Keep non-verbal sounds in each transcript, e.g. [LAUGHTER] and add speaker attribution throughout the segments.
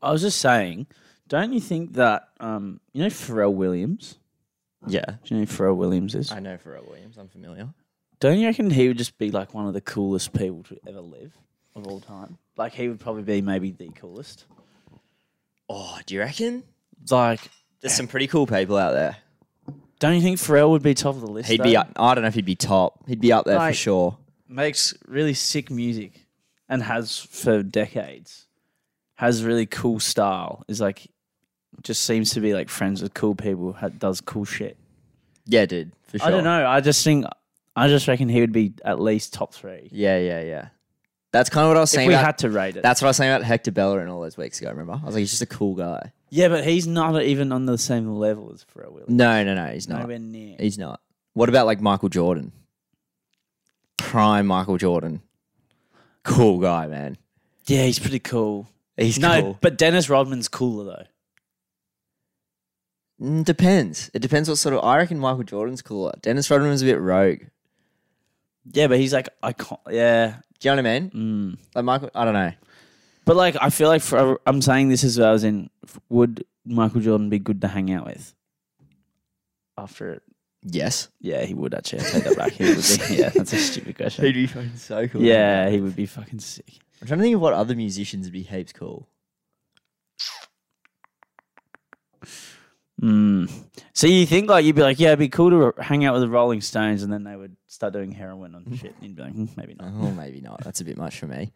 Speaker 1: I was just saying, don't you think that um, you know Pharrell Williams?
Speaker 2: Yeah.
Speaker 1: Do you know who Pharrell Williams is?
Speaker 2: I know Pharrell Williams. I'm familiar.
Speaker 1: Don't you reckon he would just be like one of the coolest people to ever live of all time? Like he would probably be maybe the coolest.
Speaker 2: Oh, do you reckon?
Speaker 1: Like,
Speaker 2: There's some pretty cool people out there.
Speaker 1: don't you think Pharrell would be top of the list?
Speaker 2: He'd be
Speaker 1: though?
Speaker 2: up, I don't know if he'd be top. He'd be up there
Speaker 1: Like-
Speaker 2: for sure.
Speaker 1: makes really sick music and has for decades. Has really cool style. Is like just seems to be like friends with cool people. Ha- does cool shit.
Speaker 2: Yeah, dude, for sure.
Speaker 1: I don't know. I just think I just reckon he would be at least top three.
Speaker 2: Yeah, yeah, yeah. That's kind of what I was
Speaker 1: If
Speaker 2: saying.
Speaker 1: we
Speaker 2: about-
Speaker 1: had to rate it.
Speaker 2: that's what I was saying about Hector Bella and all those weeks ago. Remember, I was like, he's just a cool guy.
Speaker 1: yeah, but he's not even on the same level as Pharrell Williams.
Speaker 2: No, no, no, he's not.
Speaker 1: Nowhere near.
Speaker 2: He's not. What about like Michael Jordan? Prime Michael Jordan. Cool guy, man.
Speaker 1: Yeah, he's pretty cool.
Speaker 2: He's
Speaker 1: no,
Speaker 2: cool.
Speaker 1: but Dennis Rodman's cooler though.
Speaker 2: Mm, depends. It depends what sort of. I reckon Michael Jordan's cooler. Dennis Rodman's a bit rogue.
Speaker 1: Yeah, but he's like I can't. Yeah,
Speaker 2: Do you know what I mean?
Speaker 1: mm.
Speaker 2: Like Michael, I don't know.
Speaker 1: but like I feel like for, I'm saying this as well as in f- would Michael Jordan be good to hang out with? After it,
Speaker 2: Yes,
Speaker 1: yeah, he would actually. I take that back. He would be, [LAUGHS] yeah, that's a stupid question.
Speaker 2: be fucking so cool.
Speaker 1: Yeah, he would be fucking sick.
Speaker 2: I'm trying to think of what other musicians would be heaps cool.
Speaker 1: Mm. So you think like you'd be like, yeah, it'd be cool to r- hang out with the Rolling Stones, and then they would start doing heroin on shit, and you'd be like, "Hmm, maybe not.
Speaker 2: Oh, maybe not. That's a bit much for me.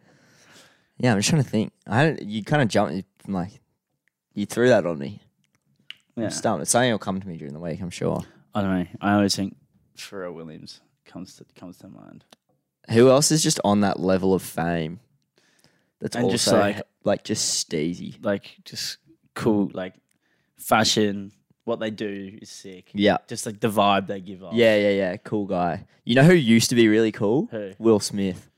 Speaker 2: Yeah, I'm just trying to think. I don't, you kind of jumped from like you threw that on me.
Speaker 1: Yeah.
Speaker 2: I'm stumped. Something will come to me during the week. I'm sure.
Speaker 1: I don't know. I always think Pharrell Williams comes to comes to mind.
Speaker 2: Who else is just on that level of fame? That's
Speaker 1: And
Speaker 2: also
Speaker 1: just,
Speaker 2: like
Speaker 1: like-
Speaker 2: like just steezy.
Speaker 1: Like just cool, like fashion. What they do is sick.
Speaker 2: Yeah.
Speaker 1: Just like the vibe they give off.
Speaker 2: Yeah, yeah, yeah. Cool guy. You know who used to be really cool?
Speaker 1: Who?
Speaker 2: Will Smith.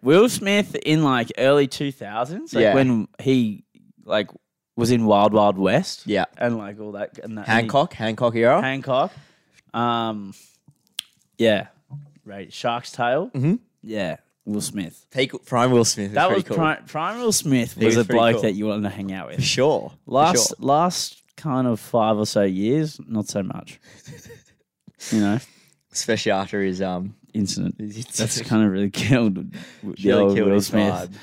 Speaker 1: Will Smith in like early two thousands, like
Speaker 2: Yeah.
Speaker 1: when he like was in Wild Wild West.
Speaker 2: Yeah.
Speaker 1: And like all that and that and he-
Speaker 2: Hancock, Hancock era.
Speaker 1: Hancock. Um, yeah, right. Shark's Tale.
Speaker 2: Mhm.
Speaker 1: Yeah, Will Smith.
Speaker 2: Peak, prime Will Smith. Was
Speaker 1: That
Speaker 2: pretty
Speaker 1: was
Speaker 2: cool.
Speaker 1: prime, prime Will Smith
Speaker 2: He
Speaker 1: was,
Speaker 2: was
Speaker 1: a
Speaker 2: pretty
Speaker 1: bloke
Speaker 2: cool.
Speaker 1: that you wanted to hang out
Speaker 2: [LAUGHS] for
Speaker 1: with.
Speaker 2: sure. for
Speaker 1: Last
Speaker 2: sure.
Speaker 1: last kind of five or so years, not so much. you know,
Speaker 2: especially after his um,
Speaker 1: incident.
Speaker 2: [LAUGHS] that's
Speaker 1: That's kind of really killed w- the old Will Smith.
Speaker 2: vibe.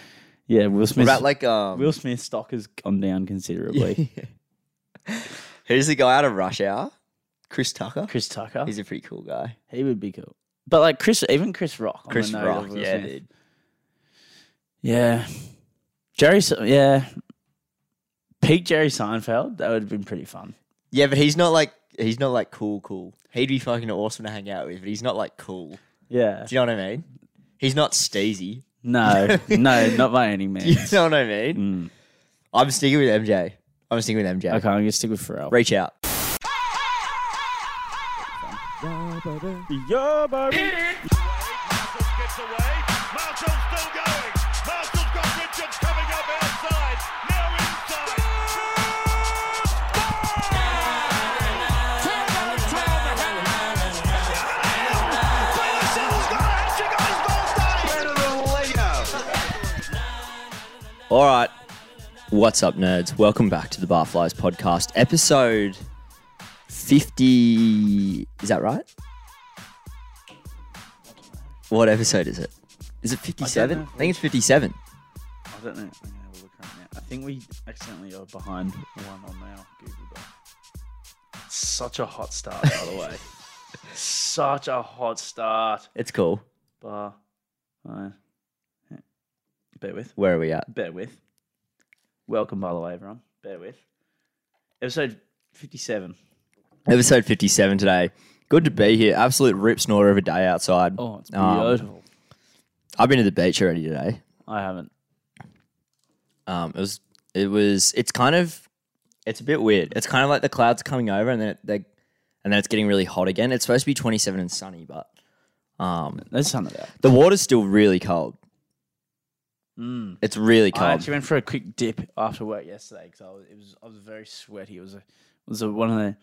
Speaker 1: Yeah, Will
Speaker 2: What
Speaker 1: Smith.
Speaker 2: about like um,
Speaker 1: Will Smith's stock has gone down considerably.
Speaker 2: [LAUGHS] Who's the guy out of Rush Hour? Chris Tucker.
Speaker 1: Chris Tucker,
Speaker 2: He's a pretty cool guy.
Speaker 1: he would be cool. But like Chris, even Chris Rock, on
Speaker 2: Chris
Speaker 1: the note
Speaker 2: Rock.
Speaker 1: of Will
Speaker 2: Yeah,
Speaker 1: Smith.
Speaker 2: dude.
Speaker 1: Yeah. Jerry, Se- yeah. Peak Jerry Seinfeld, that would have been pretty fun.
Speaker 2: Yeah, but he's not like he's not like cool, cool. He'd be fucking awesome to hang out with, but he's not like cool.
Speaker 1: Yeah.
Speaker 2: Do you know what I mean? He's not steezy. [LAUGHS]
Speaker 1: No, [LAUGHS] no, not by any
Speaker 2: Do you
Speaker 1: means.
Speaker 2: know what I mean?
Speaker 1: Mm.
Speaker 2: I'm sticking with MJ. I'm sticking with MJ.
Speaker 1: Okay, I'm going to stick with Pharrell.
Speaker 2: Reach out.
Speaker 3: Marshalls gets away. Marshall's still going. Marshall's got Richards coming up outside. Now inside. Marshall's got a hat trick on his goal starting.
Speaker 2: All right. What's up, nerds? Welcome back to the Barflies podcast, episode 50. Is that right? What episode is it? Is it 57? I,
Speaker 1: know.
Speaker 2: think it's 57.
Speaker 1: I don't know. I'm going to have a look right now. I think we accidentally are behind one on now. Google Doc. Such a hot start, by the [LAUGHS] way. Such a hot start.
Speaker 2: It's cool.
Speaker 1: Bar. Uh, bear with.
Speaker 2: Where are we at?
Speaker 1: Bear with. Welcome, by the way, everyone. Bear with. Episode 57.
Speaker 2: Episode 57 today. Good to be here. Absolute rip snorter of a day outside.
Speaker 1: Oh, it's
Speaker 2: Um,
Speaker 1: beautiful.
Speaker 2: I've been to the beach already today.
Speaker 1: I haven't.
Speaker 2: Um, it was, it was, it's kind of, it's a bit weird. It's kind of like the clouds coming over and then it, they, and then it's getting really hot again. It's supposed to be 27 and sunny, but um,
Speaker 1: There's something about
Speaker 2: the water's still really cold.
Speaker 1: Mm.
Speaker 2: It's really
Speaker 1: I
Speaker 2: cold.
Speaker 1: actually went for a quick dip after work yesterday because I was, it was I was very sweaty. It was a, it was a, one of the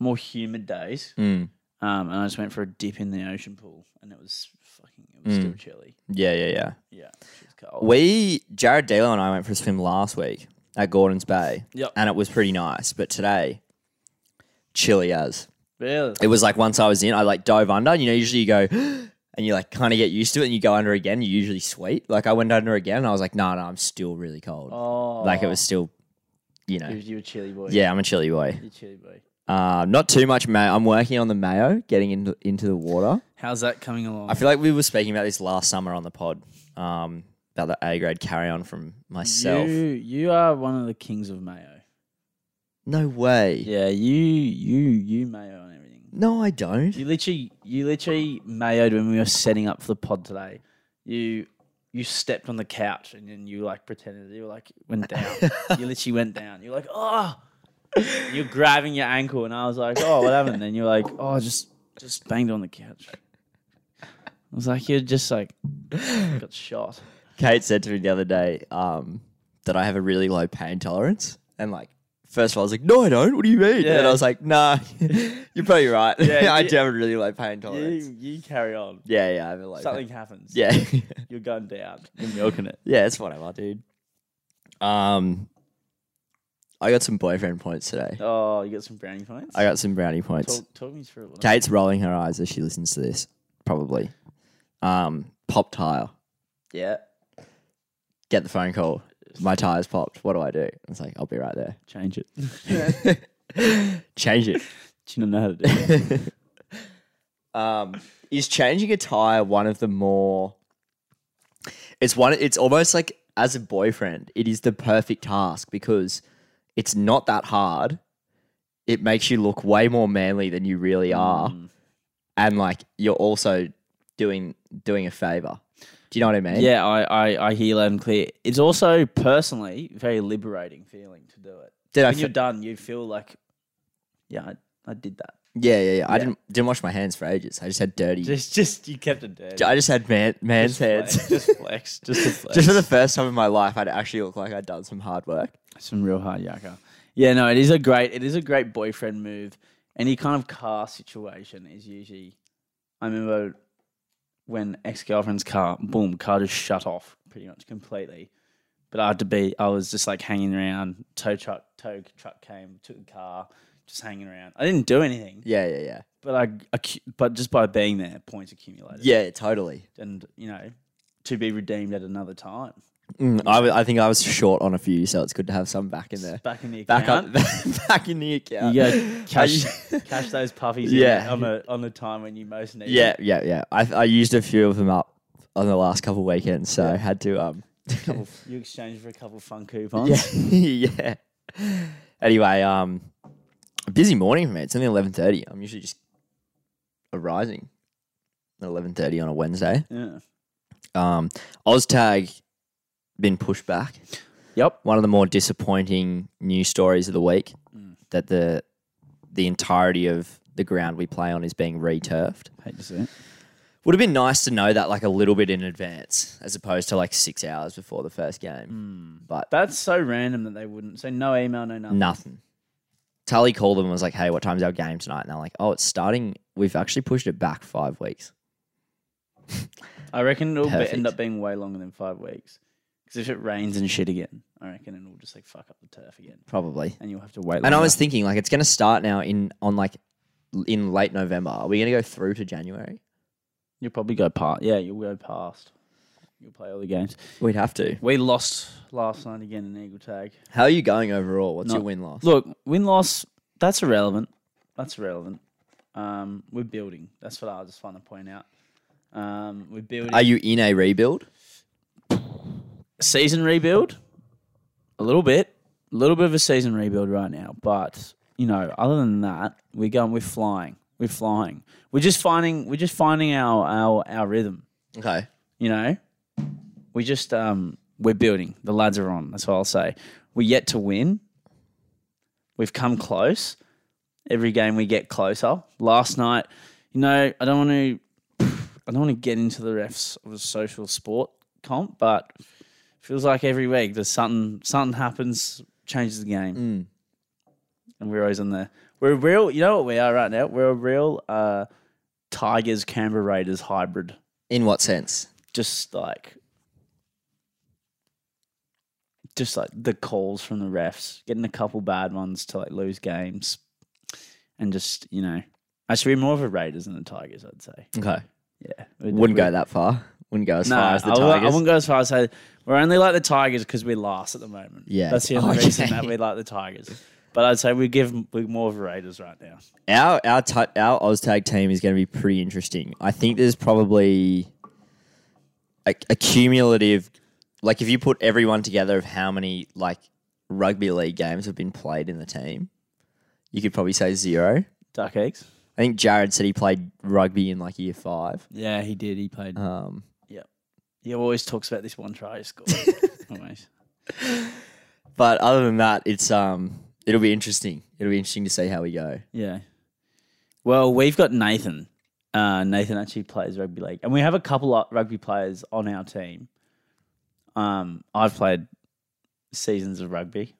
Speaker 1: more humid days,
Speaker 2: Mm,
Speaker 1: um, and I just went for a dip in the ocean pool, and it was fucking. It was
Speaker 2: Mm.
Speaker 1: still chilly.
Speaker 2: yeah, yeah, yeah.
Speaker 1: Yeah, it was cold.
Speaker 2: We Jared Dale and I went for a swim last week, at Gordon's Bay.
Speaker 1: Yep.
Speaker 2: And it was pretty nice. But today, chilly as.
Speaker 1: Really?
Speaker 2: It was like once I was in, I like dove under. You know, usually you go [GASPS] and you like kind of get used to it and you go under again. You're usually sweet. Like I went under again and I was like, no, no, I'm still really cold.
Speaker 1: Oh,
Speaker 2: Like it was still, you know.
Speaker 1: Gives you a chilly boy.
Speaker 2: Yeah, I'm a chilly boy.
Speaker 1: You chilly boy.
Speaker 2: Uh, not too much mayo. I'm working on the mayo, getting into, into the water.
Speaker 1: How's that coming along?
Speaker 2: I feel like we were speaking about this last summer on the pod um, about the A grade carry on from myself.
Speaker 1: You, you are one of the kings of mayo.
Speaker 2: No way.
Speaker 1: Yeah, you, you, you mayo on everything.
Speaker 2: No, I don't.
Speaker 1: You literally, you literally mayoed when we were setting up for the pod today. You, you stepped on the couch and then you like pretended you were like went [LAUGHS] down. you literally went down. You're like, oh, you're grabbing your ankle, and I was like, oh, what happened? And you're like, oh, I just, just banged on the couch. I was like, you're just like got shot.
Speaker 2: Kate said to me the other day um, that I have a really low pain tolerance. And like, first of all, I was like, no, I don't. What do you mean? And then
Speaker 1: Yeah.
Speaker 2: I was like, nah, [LAUGHS] you're probably right.
Speaker 1: Yeah,
Speaker 2: [LAUGHS] I
Speaker 1: you-
Speaker 2: do have a really low pain tolerance.
Speaker 1: You, you carry on.
Speaker 2: Yeah, yeah, I have a low
Speaker 1: Something
Speaker 2: pain.
Speaker 1: happens.
Speaker 2: Yeah. [LAUGHS]
Speaker 1: you're gunned down. You're milking it.
Speaker 2: yeah, it's whatever, dude. Um, I got some boyfriend points today.
Speaker 1: Oh, you got some brownie points.
Speaker 2: I got some brownie points.
Speaker 1: talk, talk me through it.
Speaker 2: Kate's rolling her eyes as she listens to this, probably. Um, pop tire.
Speaker 1: Yeah.
Speaker 2: Get the phone call. My tire's popped. What do I do? It's like, I'll be right there.
Speaker 1: Change it. [LAUGHS]
Speaker 2: Change it.
Speaker 1: Do you not know how to do it?
Speaker 2: um, [LAUGHS] is changing a tire one of the more? It's one. It's almost like as a boyfriend, it is the perfect task because it's not that hard. It makes you look way more manly than you really are, and like you're also doing doing a favor. Do you know what I
Speaker 1: [LAUGHS]
Speaker 2: mean?
Speaker 1: yeah, I, I, I hear loud and clear. It's also personally very liberating feeling to do it.
Speaker 2: Did I?
Speaker 1: When you're
Speaker 2: fe-
Speaker 1: done, you feel like, yeah, I, I did that.
Speaker 2: yeah, yeah, yeah. I didn't didn't wash my hands for ages. I just had dirty.
Speaker 1: Just, just you kept it dirty.
Speaker 2: I just had man man's hands.
Speaker 1: [LAUGHS]
Speaker 2: [LAUGHS]
Speaker 1: Just flex. Just to flex.
Speaker 2: Just for the first time in my life, I'd actually look like I'd done some hard work.
Speaker 1: Some real hard yakka. Yeah, no, it is a great it is a great boyfriend move. Any kind of car situation is usually I remember when ex girlfriend's car, boom, car just shut off pretty much completely. But I had to be I was just like hanging around, tow truck tow truck came, took the car, just hanging around. I didn't do anything,
Speaker 2: Yeah, yeah, yeah.
Speaker 1: but I accu- but just by being there, points accumulated.
Speaker 2: Yeah, totally.
Speaker 1: And you know, to be redeemed at another time.
Speaker 2: Mm, I, w- I think I was short on a few, so it's good to have some back in there.
Speaker 1: Back in the account.
Speaker 2: Back up, [LAUGHS] back in the account.
Speaker 1: You
Speaker 2: [LAUGHS]
Speaker 1: go
Speaker 2: I
Speaker 1: cash, [LAUGHS]
Speaker 2: u-
Speaker 1: cash those puffies
Speaker 2: Uh, Yeah.
Speaker 1: yeah. on the on the time when you most need
Speaker 2: yeah,
Speaker 1: them.
Speaker 2: yeah, yeah. I, I used a few of them up on the last couple weekends, so I had to. Um,
Speaker 1: Couple- you exchange for a couple fun coupons.
Speaker 2: yeah, [LAUGHS] yeah. Anyway, um, a busy morning for me. It's only eleven thirty. I'm usually just arising at eleven thirty on a Wednesday.
Speaker 1: Yeah.
Speaker 2: Um, OzTag been pushed back.
Speaker 1: Yep.
Speaker 2: one of the more disappointing news stories of the week that the the entirety of the ground we play on is being returfed.
Speaker 1: Hate to see it.
Speaker 2: Would have been nice to know that like a little bit in advance, as opposed to like six hours before the first game. But
Speaker 1: That's so random that they wouldn't. So no email, no nothing.
Speaker 2: nothing. Tully called them and was like, "Hey, what time's our game tonight?" And they're like, "Oh, it's starting. We've actually pushed it back five weeks."
Speaker 1: I reckon it'll be,
Speaker 2: Perfect.
Speaker 1: end up being way longer than five weeks. Because if it rains and shit again, I reckon it'll just like fuck up the turf again,
Speaker 2: Probably.
Speaker 1: and you'll have to wait.
Speaker 2: And I
Speaker 1: longer.
Speaker 2: was thinking, like, it's going to start now in on like l- in late November. Are we going to go through to January?
Speaker 1: you'll probably go past. Yeah, you'll go past. You'll play all the games.
Speaker 2: We'd have to.
Speaker 1: We lost last night again in eagle tag.
Speaker 2: How are you going overall? What's your
Speaker 1: Not-
Speaker 2: win loss?
Speaker 1: Look, win loss, that's irrelevant. That's irrelevant. Um, we're building. That's what I was just trying to point out. Um, we're building.
Speaker 2: Are you in a rebuild?
Speaker 1: season rebuild? A little bit. A little bit of a season rebuild right now. But, you know, other than that, we're going, we're flying. We're flying. We're just finding, we're just finding our, our, our rhythm.
Speaker 2: Okay.
Speaker 1: you know, we just um, we're building. The lads are on. That's what I'll say. We're yet to win. We've come close. Every game we get closer. Last night, you know, I don't want to, I don't want to get into the refs of a social sport comp, but feels like every week there's something, something happens, changes the game, and we're always on there. We're a real, you know what we are right now. We're a real uh, Tigers Canberra Raiders hybrid
Speaker 2: In what sense?
Speaker 1: just like just like the calls from the refs, getting a couple bad ones to like lose games, and just you know, actually we're more of a Raiders than the Tigers, I'd say.
Speaker 2: Okay.
Speaker 1: Yeah,
Speaker 2: Wouldn't
Speaker 1: that.
Speaker 2: go that far. Wouldn't go as far as the
Speaker 1: I wou- I
Speaker 2: Tigers.
Speaker 1: wouldn't go as far as say we're only like the Tigers because we're last at the moment.
Speaker 2: Yeah.
Speaker 1: that's the only
Speaker 2: [LAUGHS] Okay.
Speaker 1: reason that we like the Tigers. But I'd say we give we're more of a Raiders right now.
Speaker 2: our our t- our OzTag team is going to be pretty interesting. I think there's probably a, a cumulative, like if you put everyone together of how many like rugby league games have been played in the team, you could probably say zero.
Speaker 1: Duck eggs.
Speaker 2: I think Jared said he played rugby in like year five.
Speaker 1: Yeah, he did. He played.
Speaker 2: Um,
Speaker 1: he always talks about this one try he
Speaker 2: [LAUGHS]
Speaker 1: scored. always.
Speaker 2: but other than that, it's um, it'll be interesting. It'll be interesting to see how we go.
Speaker 1: Yeah. Well, we've got Nathan. Uh, Nathan actually plays rugby league, and we have a couple of rugby players on our team. Um, I've played seasons of rugby,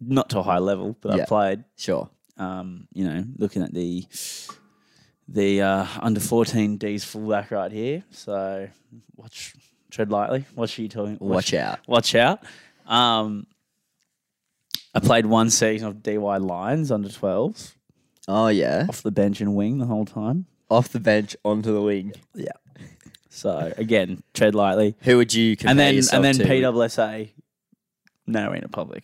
Speaker 1: not to a high level, but
Speaker 2: Yeah.
Speaker 1: I've played.
Speaker 2: Sure.
Speaker 1: um, you know, looking at the the uh, under fourteen D's fullback right here. So watch, tread lightly. Watch you talking.
Speaker 2: Watch out.
Speaker 1: Watch out. Um, I played one season of DY Lions under 12s
Speaker 2: Oh yeah.
Speaker 1: off the bench and wing the whole time.
Speaker 2: Off the bench onto the wing.
Speaker 1: Yeah. So again, tread lightly.
Speaker 2: Who would you compare
Speaker 1: And then
Speaker 2: yourself
Speaker 1: and then
Speaker 2: to?
Speaker 1: PWSA, nowhere in a public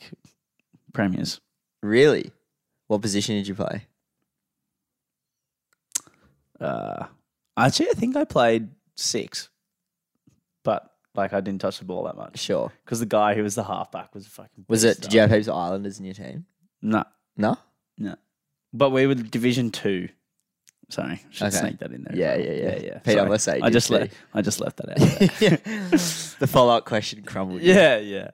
Speaker 1: premiers.
Speaker 2: Really? What position did you play?
Speaker 1: Uh, actually, I think I played six, but like I didn't touch the ball that much
Speaker 2: Sure.
Speaker 1: because the guy who was the halfback was a fucking.
Speaker 2: Was it?
Speaker 1: beast,
Speaker 2: Did
Speaker 1: though.
Speaker 2: you have heaps of Islanders in your team?
Speaker 1: No, [LAUGHS]
Speaker 2: No.
Speaker 1: but we were Division Two. Sorry, should
Speaker 2: Okay.
Speaker 1: sneak that in there. as
Speaker 2: Yeah,
Speaker 1: well.
Speaker 2: yeah, yeah.
Speaker 1: yeah.
Speaker 2: Pete,
Speaker 1: sorry.
Speaker 2: let's say you
Speaker 1: I
Speaker 2: did
Speaker 1: just
Speaker 2: too.
Speaker 1: left. I just left that out.
Speaker 2: [LAUGHS]
Speaker 1: there.
Speaker 2: the follow-up question crumbled. you.
Speaker 1: yeah, yeah.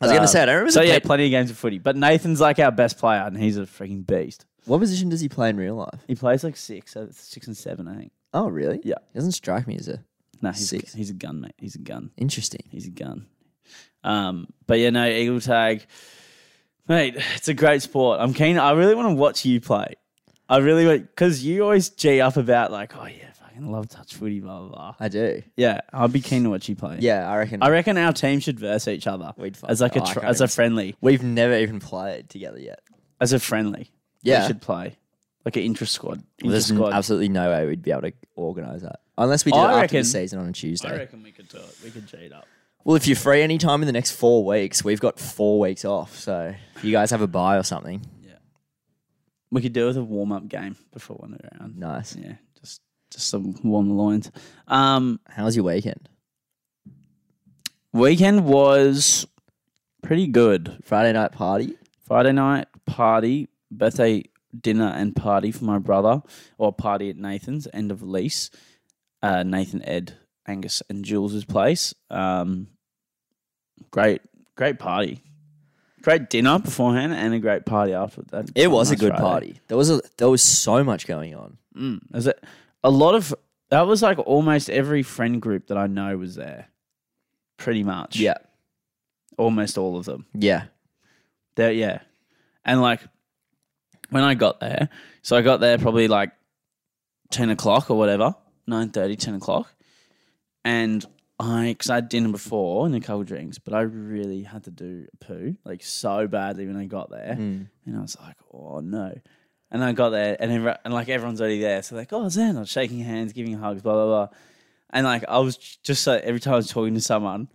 Speaker 2: I was
Speaker 1: Um,
Speaker 2: gonna say I don't remember.
Speaker 1: So yeah,
Speaker 2: Pete-
Speaker 1: plenty of games of footy. But Nathan's like our best player, and he's a freaking beast.
Speaker 2: what position does he play in real life?
Speaker 1: He plays like six, uh, six and seven, I think.
Speaker 2: Oh, really?
Speaker 1: Yeah.
Speaker 2: He doesn't strike me as a
Speaker 1: No, he's
Speaker 2: Six.
Speaker 1: A, he's a gun, mate. He's a gun.
Speaker 2: interesting.
Speaker 1: He's a gun. Um, but yeah, no, Eagle Tag, mate. It's a great sport. I'm keen. I really want to watch you play. I really want because you always g up about like, oh yeah, fucking love touch footy, blah blah blah.
Speaker 2: I do.
Speaker 1: Yeah, I'd be keen to watch you play.
Speaker 2: Yeah, I reckon.
Speaker 1: I reckon our team should verse each other
Speaker 2: We'd fuck-
Speaker 1: as like a
Speaker 2: oh, I
Speaker 1: tr-
Speaker 2: can't
Speaker 1: as a
Speaker 2: even-
Speaker 1: friendly,
Speaker 2: We've never even played together yet.
Speaker 1: as a friendly.
Speaker 2: Yeah.
Speaker 1: we should play like an intra squad. Intra
Speaker 2: There's n-
Speaker 1: squad.
Speaker 2: absolutely no way we'd be able to organise that unless we did
Speaker 1: I
Speaker 2: it after
Speaker 1: reckon-
Speaker 2: the season on a Tuesday.
Speaker 1: I reckon we could do it. We could g it up.
Speaker 2: Well, if you're free any time in the next four weeks, we've got four weeks off. So if you guys have a bye or something,
Speaker 1: We could do it with a warm up game before one round.
Speaker 2: nice.
Speaker 1: Yeah, just just to warm the loins. Um,
Speaker 2: How was your weekend?
Speaker 1: Weekend was pretty good.
Speaker 2: Friday night party?
Speaker 1: Friday night party, birthday dinner and party for my brother, or party at Nathan's end of lease. Uh, Nathan, Ed, Angus, and Jules' place. Um, great, great party, great dinner beforehand, and a great party afterwards. That-
Speaker 2: It was a
Speaker 1: nice
Speaker 2: good
Speaker 1: Friday.
Speaker 2: party. There was a there was so much going on.
Speaker 1: Mm, was it a lot of? That was like almost every friend group that I know was there, pretty much. almost all of them.
Speaker 2: yeah.
Speaker 1: There, yeah. And like when I got there, so I got there probably like ten o'clock or whatever, 9.30, 10 o'clock, and I because I had dinner before and a couple drinks, but I really had to do a poo like so badly when I got there,
Speaker 2: Mm.
Speaker 1: and I was like, oh no. And I got there, and, every, and like everyone's already there, so like, oh Zen, I was shaking hands, giving hugs, blah blah blah, and like I was just so every time I was talking to someone,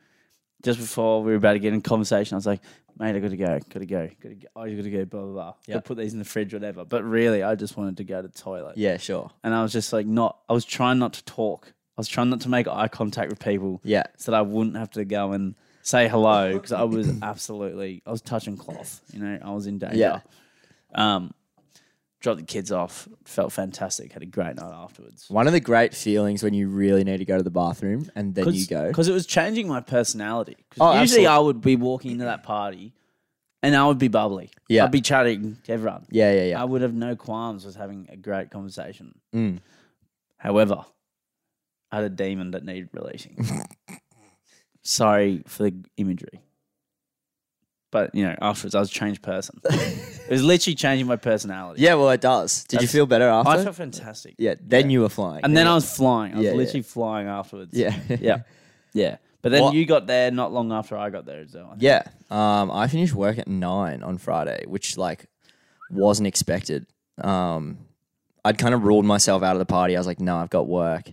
Speaker 1: just before we were about to get in conversation, I was like, mate, I gotta go, gotta go, gotta go, oh, you gotta go, blah, blah, blah.
Speaker 2: Yeah.
Speaker 1: Gotta put these in the fridge, whatever. But really, I just wanted to go to the toilet.
Speaker 2: Yeah, sure.
Speaker 1: And I was just like, not, I was trying not to talk. I was trying not to make eye contact with people
Speaker 2: Yeah.
Speaker 1: so that I wouldn't have to go and say hello because I was
Speaker 2: [COUGHS]
Speaker 1: absolutely, I was touching cloth, you know, I was in danger.
Speaker 2: Yeah.
Speaker 1: Um, dropped the kids off, felt fantastic, had a great night afterwards.
Speaker 2: One of the great feelings when you really need to go to the bathroom and then you go.
Speaker 1: Because it was changing my personality. 'Cause
Speaker 2: Oh,
Speaker 1: usually
Speaker 2: absolutely.
Speaker 1: I would be walking into that party and I would be bubbly.
Speaker 2: Yeah.
Speaker 1: I'd be chatting to everyone.
Speaker 2: Yeah, yeah, yeah.
Speaker 1: I would have no qualms with having a great conversation.
Speaker 2: Mm.
Speaker 1: However, I had a demon that needed
Speaker 2: [LAUGHS]
Speaker 1: releasing. Sorry for the imagery. But, you know, afterwards I was a changed person.
Speaker 2: [LAUGHS]
Speaker 1: it was literally changing my personality.
Speaker 2: Yeah, well it does. Did you
Speaker 1: That's-
Speaker 2: feel better after?
Speaker 1: I felt fantastic.
Speaker 2: yeah, then you were flying.
Speaker 1: And then I was flying. I was
Speaker 2: Yeah, yeah.
Speaker 1: literally flying afterwards.
Speaker 2: [LAUGHS] Yeah.
Speaker 1: Yeah. Yeah. But then
Speaker 2: What-
Speaker 1: you got there not long after I got there as well. I think.
Speaker 2: Yeah. Um, I finished work at nine on Friday, which like wasn't expected. Um, I'd kind of ruled myself out of the party. I was like, no, I've got work.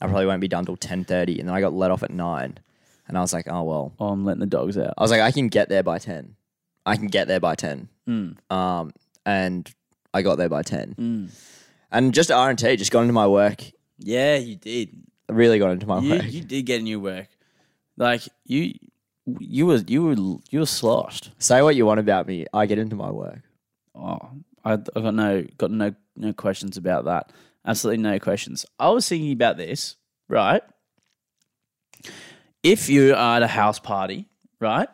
Speaker 2: I probably won't be done till ten thirty, and then I got let off at nine. And I was like, oh well.
Speaker 1: Oh, I'm letting the dogs out.
Speaker 2: I was like, I can get there by ten. I can get there by ten.
Speaker 1: Hmm.
Speaker 2: Um, and I got there by ten. And just R and T, just got into my work.
Speaker 1: Yeah, you did.
Speaker 2: Really got into [LAUGHS] my
Speaker 1: You,
Speaker 2: work.
Speaker 1: you did get in your work. Like you, you were you were you were sloshed.
Speaker 2: Say what you want about me. I get into my work.
Speaker 1: Oh, I, I got no got no no questions about that. Absolutely no questions. I was thinking about this, right? If you are at a house party, right,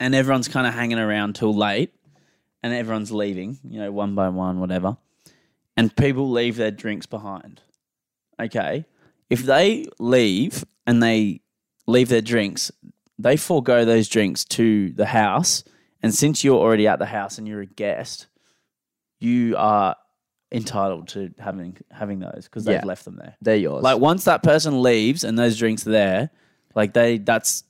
Speaker 1: and everyone's kind of hanging around till late, and everyone's leaving, you know, one by one, whatever, and people leave their drinks behind. Okay, if they leave and they leave their drinks, they forego those drinks to the house. And since you're already at the house and you're a guest, you are entitled to having having those because they've
Speaker 2: Yeah.
Speaker 1: left them there.
Speaker 2: They're yours.
Speaker 1: Like once that person leaves and those drinks are there, like they that's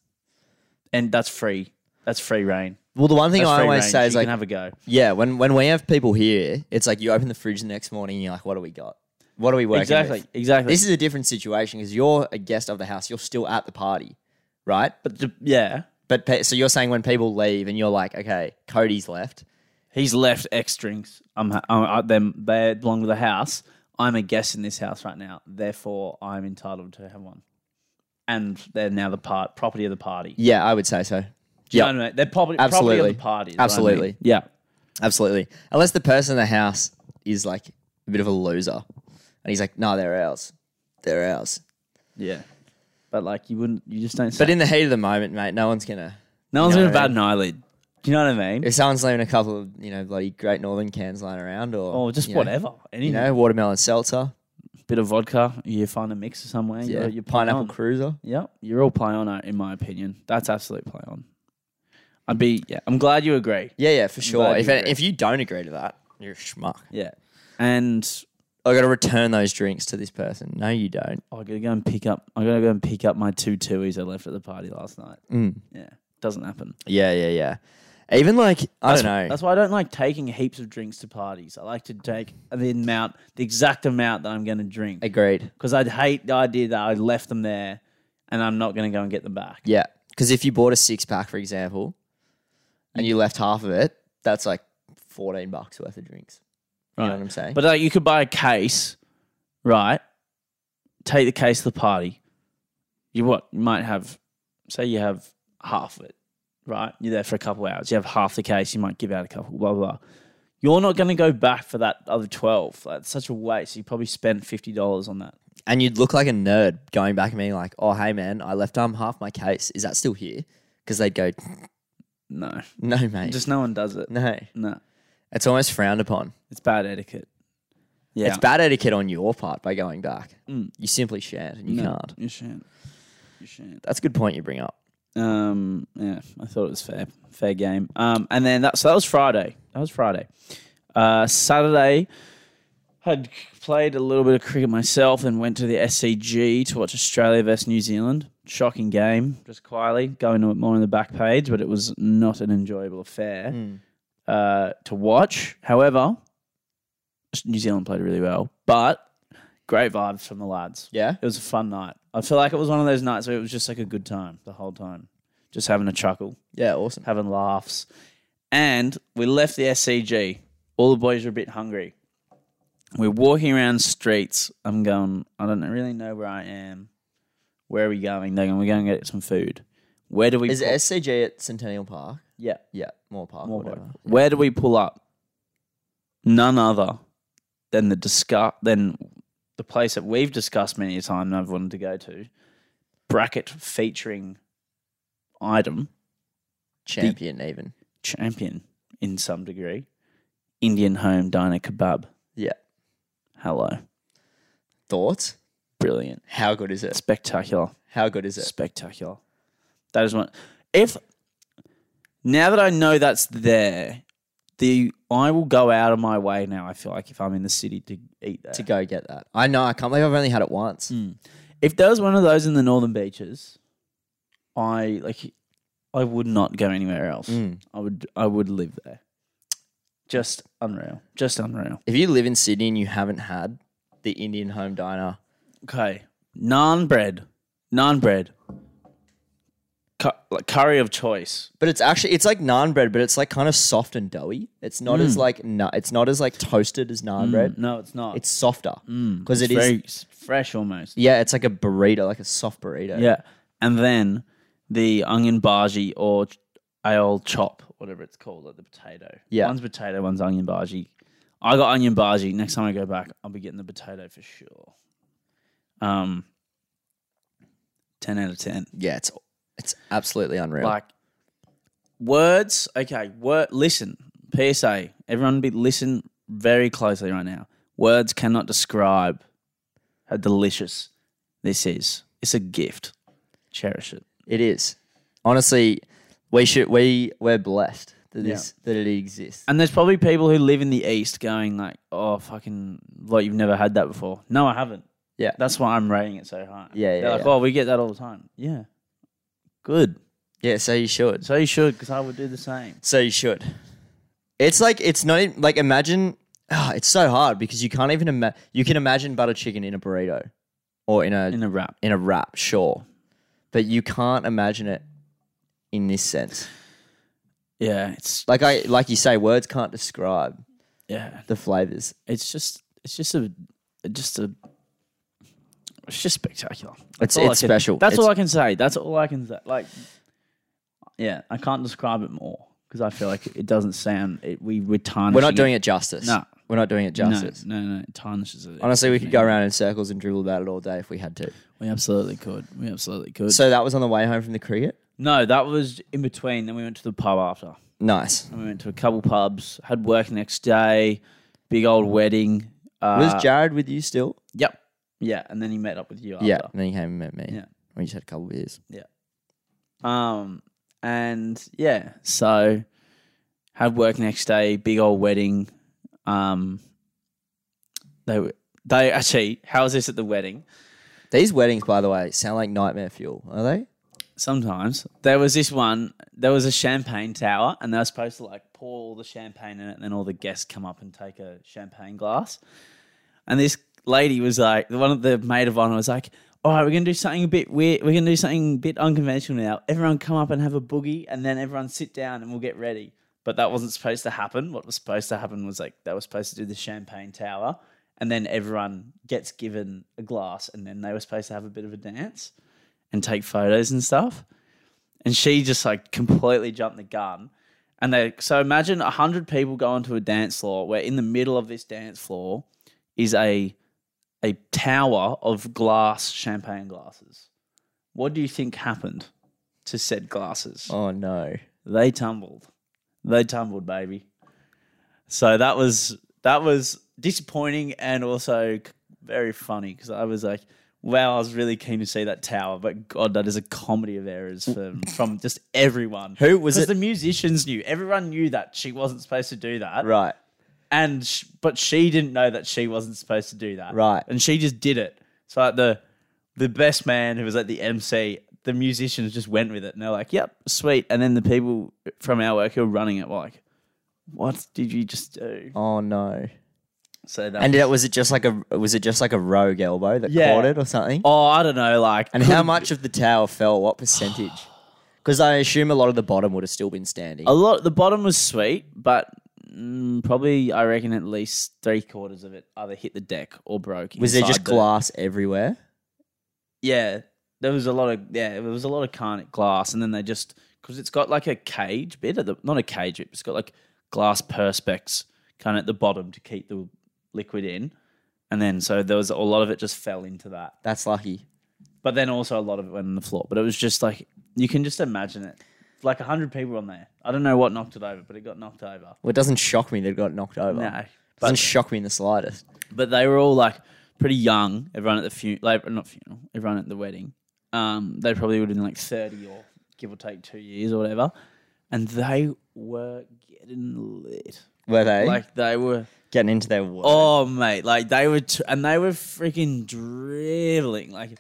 Speaker 1: and that's free. That's free reign.
Speaker 2: well, the one thing
Speaker 1: That's
Speaker 2: I
Speaker 1: free
Speaker 2: always
Speaker 1: reign.
Speaker 2: say
Speaker 1: you
Speaker 2: is like,
Speaker 1: can have a go.
Speaker 2: Yeah, when when we have people here, it's like you open the fridge the next morning and you're like, what do we got? What are we working
Speaker 1: Exactly.
Speaker 2: with?
Speaker 1: Exactly.
Speaker 2: This is a different situation because you're a guest of the house. You're still at the party, right? But
Speaker 1: but the, yeah,
Speaker 2: but pe- so you're saying when people leave and you're like, okay, Cody's left.
Speaker 1: he's left X drinks. I'm, ha- I'm I, them. They belong to the house. I'm a guest in this house right now. Therefore, I'm entitled to have one. And they're now the part property of the party.
Speaker 2: Yeah, I would say so.
Speaker 1: Yeah,
Speaker 2: Yeah,
Speaker 1: they're property property
Speaker 2: Absolutely.
Speaker 1: of the party. is what I mean.
Speaker 2: Absolutely.
Speaker 1: Yeah.
Speaker 2: absolutely. Unless the person in the house is like a bit of a loser, and he's like, no, they're ours. They're ours.
Speaker 1: Yeah. But like you wouldn't, you just don't. Say,
Speaker 2: But in the heat of the moment, mate, no one's gonna.
Speaker 1: no one's
Speaker 2: you know
Speaker 1: gonna
Speaker 2: what I
Speaker 1: bat an eyelid. Do you know what I mean?
Speaker 2: If someone's leaving a couple of you know bloody Great Northern cans lying around, or
Speaker 1: Or just
Speaker 2: you know,
Speaker 1: whatever. Anything.
Speaker 2: you know, watermelon seltzer.
Speaker 1: bit of vodka. You find a mixer somewhere.
Speaker 2: Yeah,
Speaker 1: You're,
Speaker 2: your
Speaker 1: you're
Speaker 2: pineapple
Speaker 1: on.
Speaker 2: cruiser.
Speaker 1: Yep, you're all play on, uh, in my opinion. That's absolute play on. I'd be. Yeah, I'm glad you agree.
Speaker 2: Yeah, yeah, for sure.
Speaker 1: glad
Speaker 2: If
Speaker 1: you agree.
Speaker 2: if you don't agree to that, you're a schmuck.
Speaker 1: Yeah, and
Speaker 2: I got to return those drinks to this person. No, you don't.
Speaker 1: I gotta go and pick up. I gotta go and pick up my two twoies I left at the party last night.
Speaker 2: Mm.
Speaker 1: Yeah, doesn't happen.
Speaker 2: Yeah, yeah, yeah. Even like I
Speaker 1: That's-
Speaker 2: don't know.
Speaker 1: That's why I don't like taking heaps of drinks to parties. I like to take the amount, the exact amount that I'm gonna drink,
Speaker 2: Agreed.
Speaker 1: because I'd hate the idea that I left them there, and I'm not gonna go and get them back.
Speaker 2: Yeah, because if you bought a six pack, for example, and you left half of it, that's like fourteen bucks worth of drinks. You know
Speaker 1: Right.
Speaker 2: what I'm saying?
Speaker 1: But like, you could buy a case, right? Take the case to the party. You what? You might have, say, you have half of it, right? You're there for a couple hours. You have half the case. You might give out a couple. Blah blah. blah. You're not going to go back for that other twelve. That's such a waste. You probably spent fifty dollars on that.
Speaker 2: and you'd look like a nerd going back and being like, "Oh, hey man, I left um half my case. Is that still here?" Because they'd go, [LAUGHS]
Speaker 1: No,
Speaker 2: "No, mate,
Speaker 1: just no one does it.
Speaker 2: no."
Speaker 1: No,
Speaker 2: It's almost frowned upon.
Speaker 1: it's bad etiquette. Yeah, Mm.
Speaker 2: It's bad etiquette on your part by going back. You simply shan't and you
Speaker 1: No,
Speaker 2: can't.
Speaker 1: You shan't. You shan't.
Speaker 2: That's a good point you bring up.
Speaker 1: Um, yeah, I thought it was fair, fair game. Um, and then that so that was Friday. That was Friday. Uh, Saturday, had played a little bit of cricket myself, and went to the SCG to watch Australia versus New Zealand. Shocking game, just quietly going to it more on the back page, but it was not an enjoyable affair uh, to watch. However, New Zealand played really well, but great vibes from the lads.
Speaker 2: Yeah.
Speaker 1: It was a fun night. I feel like it was one of those nights where it was just like a good time the whole time. Just having a chuckle,
Speaker 2: Yeah. Awesome.
Speaker 1: having laughs. And we left the SCG. All the boys were a bit hungry. We're walking around streets. I'm going, I don't really know where I am. Where are we going? They're going, we're going to get some food. Where do we
Speaker 2: Is
Speaker 1: pull-
Speaker 2: it SCG at Centennial Park?
Speaker 1: Yeah.
Speaker 2: Yeah. More Park.
Speaker 1: More
Speaker 2: whatever.
Speaker 1: work. Where do we pull up? None other than the discuss than the place that we've discussed many a time and I've wanted to go to. Bracket featuring item
Speaker 2: Champion even.
Speaker 1: champion in some degree. Indian home diner kebab.
Speaker 2: Yeah.
Speaker 1: Hello.
Speaker 2: Thoughts?
Speaker 1: Brilliant.
Speaker 2: How good is it?
Speaker 1: Spectacular.
Speaker 2: How good is it?
Speaker 1: Spectacular. That is one. If now that I know that's there, the I will go out of my way now. I feel like if I'm in the city to eat there.
Speaker 2: To go get that.
Speaker 1: Hmm.
Speaker 2: I know. I can't believe I've only had it once.
Speaker 1: If there was one of those in the Northern Beaches, I like I would not go anywhere else.
Speaker 2: Mm.
Speaker 1: I would I would live there. Just unreal. Just unreal.
Speaker 2: If you live in Sydney and you haven't had the Indian home diner,
Speaker 1: Okay. Naan bread. Naan bread. Cu- like curry of choice.
Speaker 2: but it's actually it's like naan bread, but it's like kind of soft and doughy. It's not
Speaker 1: Hmm.
Speaker 2: as like nu- it's not as like toasted as naan bread.
Speaker 1: No, it's not.
Speaker 2: It's softer because
Speaker 1: Hmm. it's
Speaker 2: it is-
Speaker 1: very s- fresh almost.
Speaker 2: Yeah, it's like a burrito, like a soft burrito.
Speaker 1: Yeah. And then the onion bhaji or ch- aiol chop, whatever it's called, like the potato.
Speaker 2: Yeah.
Speaker 1: One's potato, one's onion bhaji. I got onion bhaji. Next time I go back, I'll be getting the potato for sure. Um, 10 out of 10.
Speaker 2: yeah, it's it's absolutely unreal.
Speaker 1: Like, words, okay, word, listen, PSA, everyone be listen very closely right now. Words cannot describe how delicious this is. It's a gift. Cherish it.
Speaker 2: it is honestly, we should we we're blessed that
Speaker 1: Yeah.
Speaker 2: this that it exists.
Speaker 1: And there's probably people who live in the east going like, "Oh, fucking, like you've never had that before." No, I haven't.
Speaker 2: Yeah,
Speaker 1: That's why I'm rating it so high.
Speaker 2: Yeah,
Speaker 1: They're
Speaker 2: yeah,
Speaker 1: like,
Speaker 2: yeah.
Speaker 1: "Oh, we get that all the time." Yeah, good.
Speaker 2: yeah. So you should.
Speaker 1: So you should, because I would do the same.
Speaker 2: So you should. It's like it's not even, like imagine. ah, it's so hard because you can't even imagine. You can imagine butter chicken in a burrito, or in a in
Speaker 1: In
Speaker 2: a,
Speaker 1: a wrap.
Speaker 2: wrap, sure, but you can't imagine it in this sense.
Speaker 1: Yeah, it's
Speaker 2: Like I like you say, words can't describe
Speaker 1: yeah,
Speaker 2: the flavors.
Speaker 1: it's just, it's just a, just a, it's just spectacular.
Speaker 2: It's-
Speaker 1: all I
Speaker 2: it's
Speaker 1: can-
Speaker 2: special.
Speaker 1: That's
Speaker 2: It's-
Speaker 1: all I can say. That's all I can say. Like, yeah, I can't describe it more because I feel like it doesn't sound. It, we we're tarnishing.
Speaker 2: We're not doing it justice.
Speaker 1: No.
Speaker 2: we're not doing it
Speaker 1: No,
Speaker 2: justice.
Speaker 1: No, no, it tarnishes it.
Speaker 2: Honestly, we could go around in circles and dribble about it all day if we had to.
Speaker 1: We absolutely could. We absolutely could.
Speaker 2: So that was on the way home from the cricket.
Speaker 1: no, that was in between. Then we went to the pub after.
Speaker 2: Nice.
Speaker 1: And we went to a couple pubs. Had work next day. Big old wedding. Uh,
Speaker 2: was Jared with you still?
Speaker 1: yep. Yeah, and then he met up with you. After.
Speaker 2: Yeah. And then he came and met me.
Speaker 1: Yeah.
Speaker 2: We just had a couple of beers.
Speaker 1: Um. And yeah, so had work next day. Big old wedding. Um. They were. They [LAUGHS] actually. How was this at the wedding?
Speaker 2: These weddings, by the way, sound like nightmare fuel, are they?
Speaker 1: Sometimes there was this one. There was a champagne tower, and they were supposed to like pour all the champagne in it, and then all the guests come up and take a champagne glass. And this lady was like, the one of the maid of honor was like, "All right, we're gonna do something a bit weird. We're gonna do something a bit unconventional now. Everyone come up and have a boogie, and then everyone sit down, and we'll get ready." But that wasn't supposed to happen. What was supposed to happen was like they were supposed to do the champagne tower, and then everyone gets given a glass, and then they were supposed to have a bit of a dance and take photos and stuff. And she just like completely jumped the gun. And they so imagine a hundred people going to a dance floor where in the middle of this dance floor is a a tower of glass champagne glasses. What do you think happened to said glasses?
Speaker 2: Oh no.
Speaker 1: They tumbled. They tumbled, baby. So that was that was disappointing and also c- very funny because I was like, wow, I was really keen to see that tower, but God, that is a comedy of errors
Speaker 2: [LAUGHS]
Speaker 1: from from just everyone.
Speaker 2: Who was
Speaker 1: 'Cause
Speaker 2: it-
Speaker 1: The musicians knew. Everyone knew that she wasn't supposed to do that,
Speaker 2: Right.
Speaker 1: and sh- but she didn't know that she wasn't supposed to do that,
Speaker 2: Right.
Speaker 1: And she just did it. So like the the best man who was like the MC, the musicians just went with it, and they're like, "Yep, sweet." And then the people from our work who were running it were like, "What did you just do?"
Speaker 2: Oh no.
Speaker 1: So that
Speaker 2: [LAUGHS] And
Speaker 1: was-
Speaker 2: it, was it just like a was it just like a rogue elbow that
Speaker 1: Yeah.
Speaker 2: caught it or something?
Speaker 1: oh, I don't know, like
Speaker 2: And how much of the tower fell? What percentage? [SIGHS] Because I assume a lot of the bottom would have still been standing.
Speaker 1: a lot. The bottom was sweet, but. Mm, probably, I reckon at least three quarters of it either hit the deck or broke.
Speaker 2: was there
Speaker 1: inside
Speaker 2: just
Speaker 1: the-
Speaker 2: glass everywhere?
Speaker 1: yeah, there was a lot of yeah, there was a lot of carnet glass, and then they just because it's got like a cage bit at the not a cage, bit, it's got like glass perspex kind of at the bottom to keep the liquid in, and then so there was a lot of it just fell into that,
Speaker 2: That's lucky.
Speaker 1: but then also a lot of it went on the floor. But it was just like you can just imagine it, like hundred people on there. I don't know what knocked it over, but it got knocked over.
Speaker 2: Well, it doesn't shock me that it got knocked over.
Speaker 1: No,
Speaker 2: Doesn't
Speaker 1: but
Speaker 2: shock me in the slightest.
Speaker 1: but they were all like pretty young. Everyone at the funeral, like, not funeral, everyone at the wedding. Um, they probably would have been like thirty or give or take two years or whatever, and they were getting lit.
Speaker 2: Were they
Speaker 1: Like they were,
Speaker 2: getting into their work?
Speaker 1: oh mate, like they were, t- and they were freaking dribbling. Like,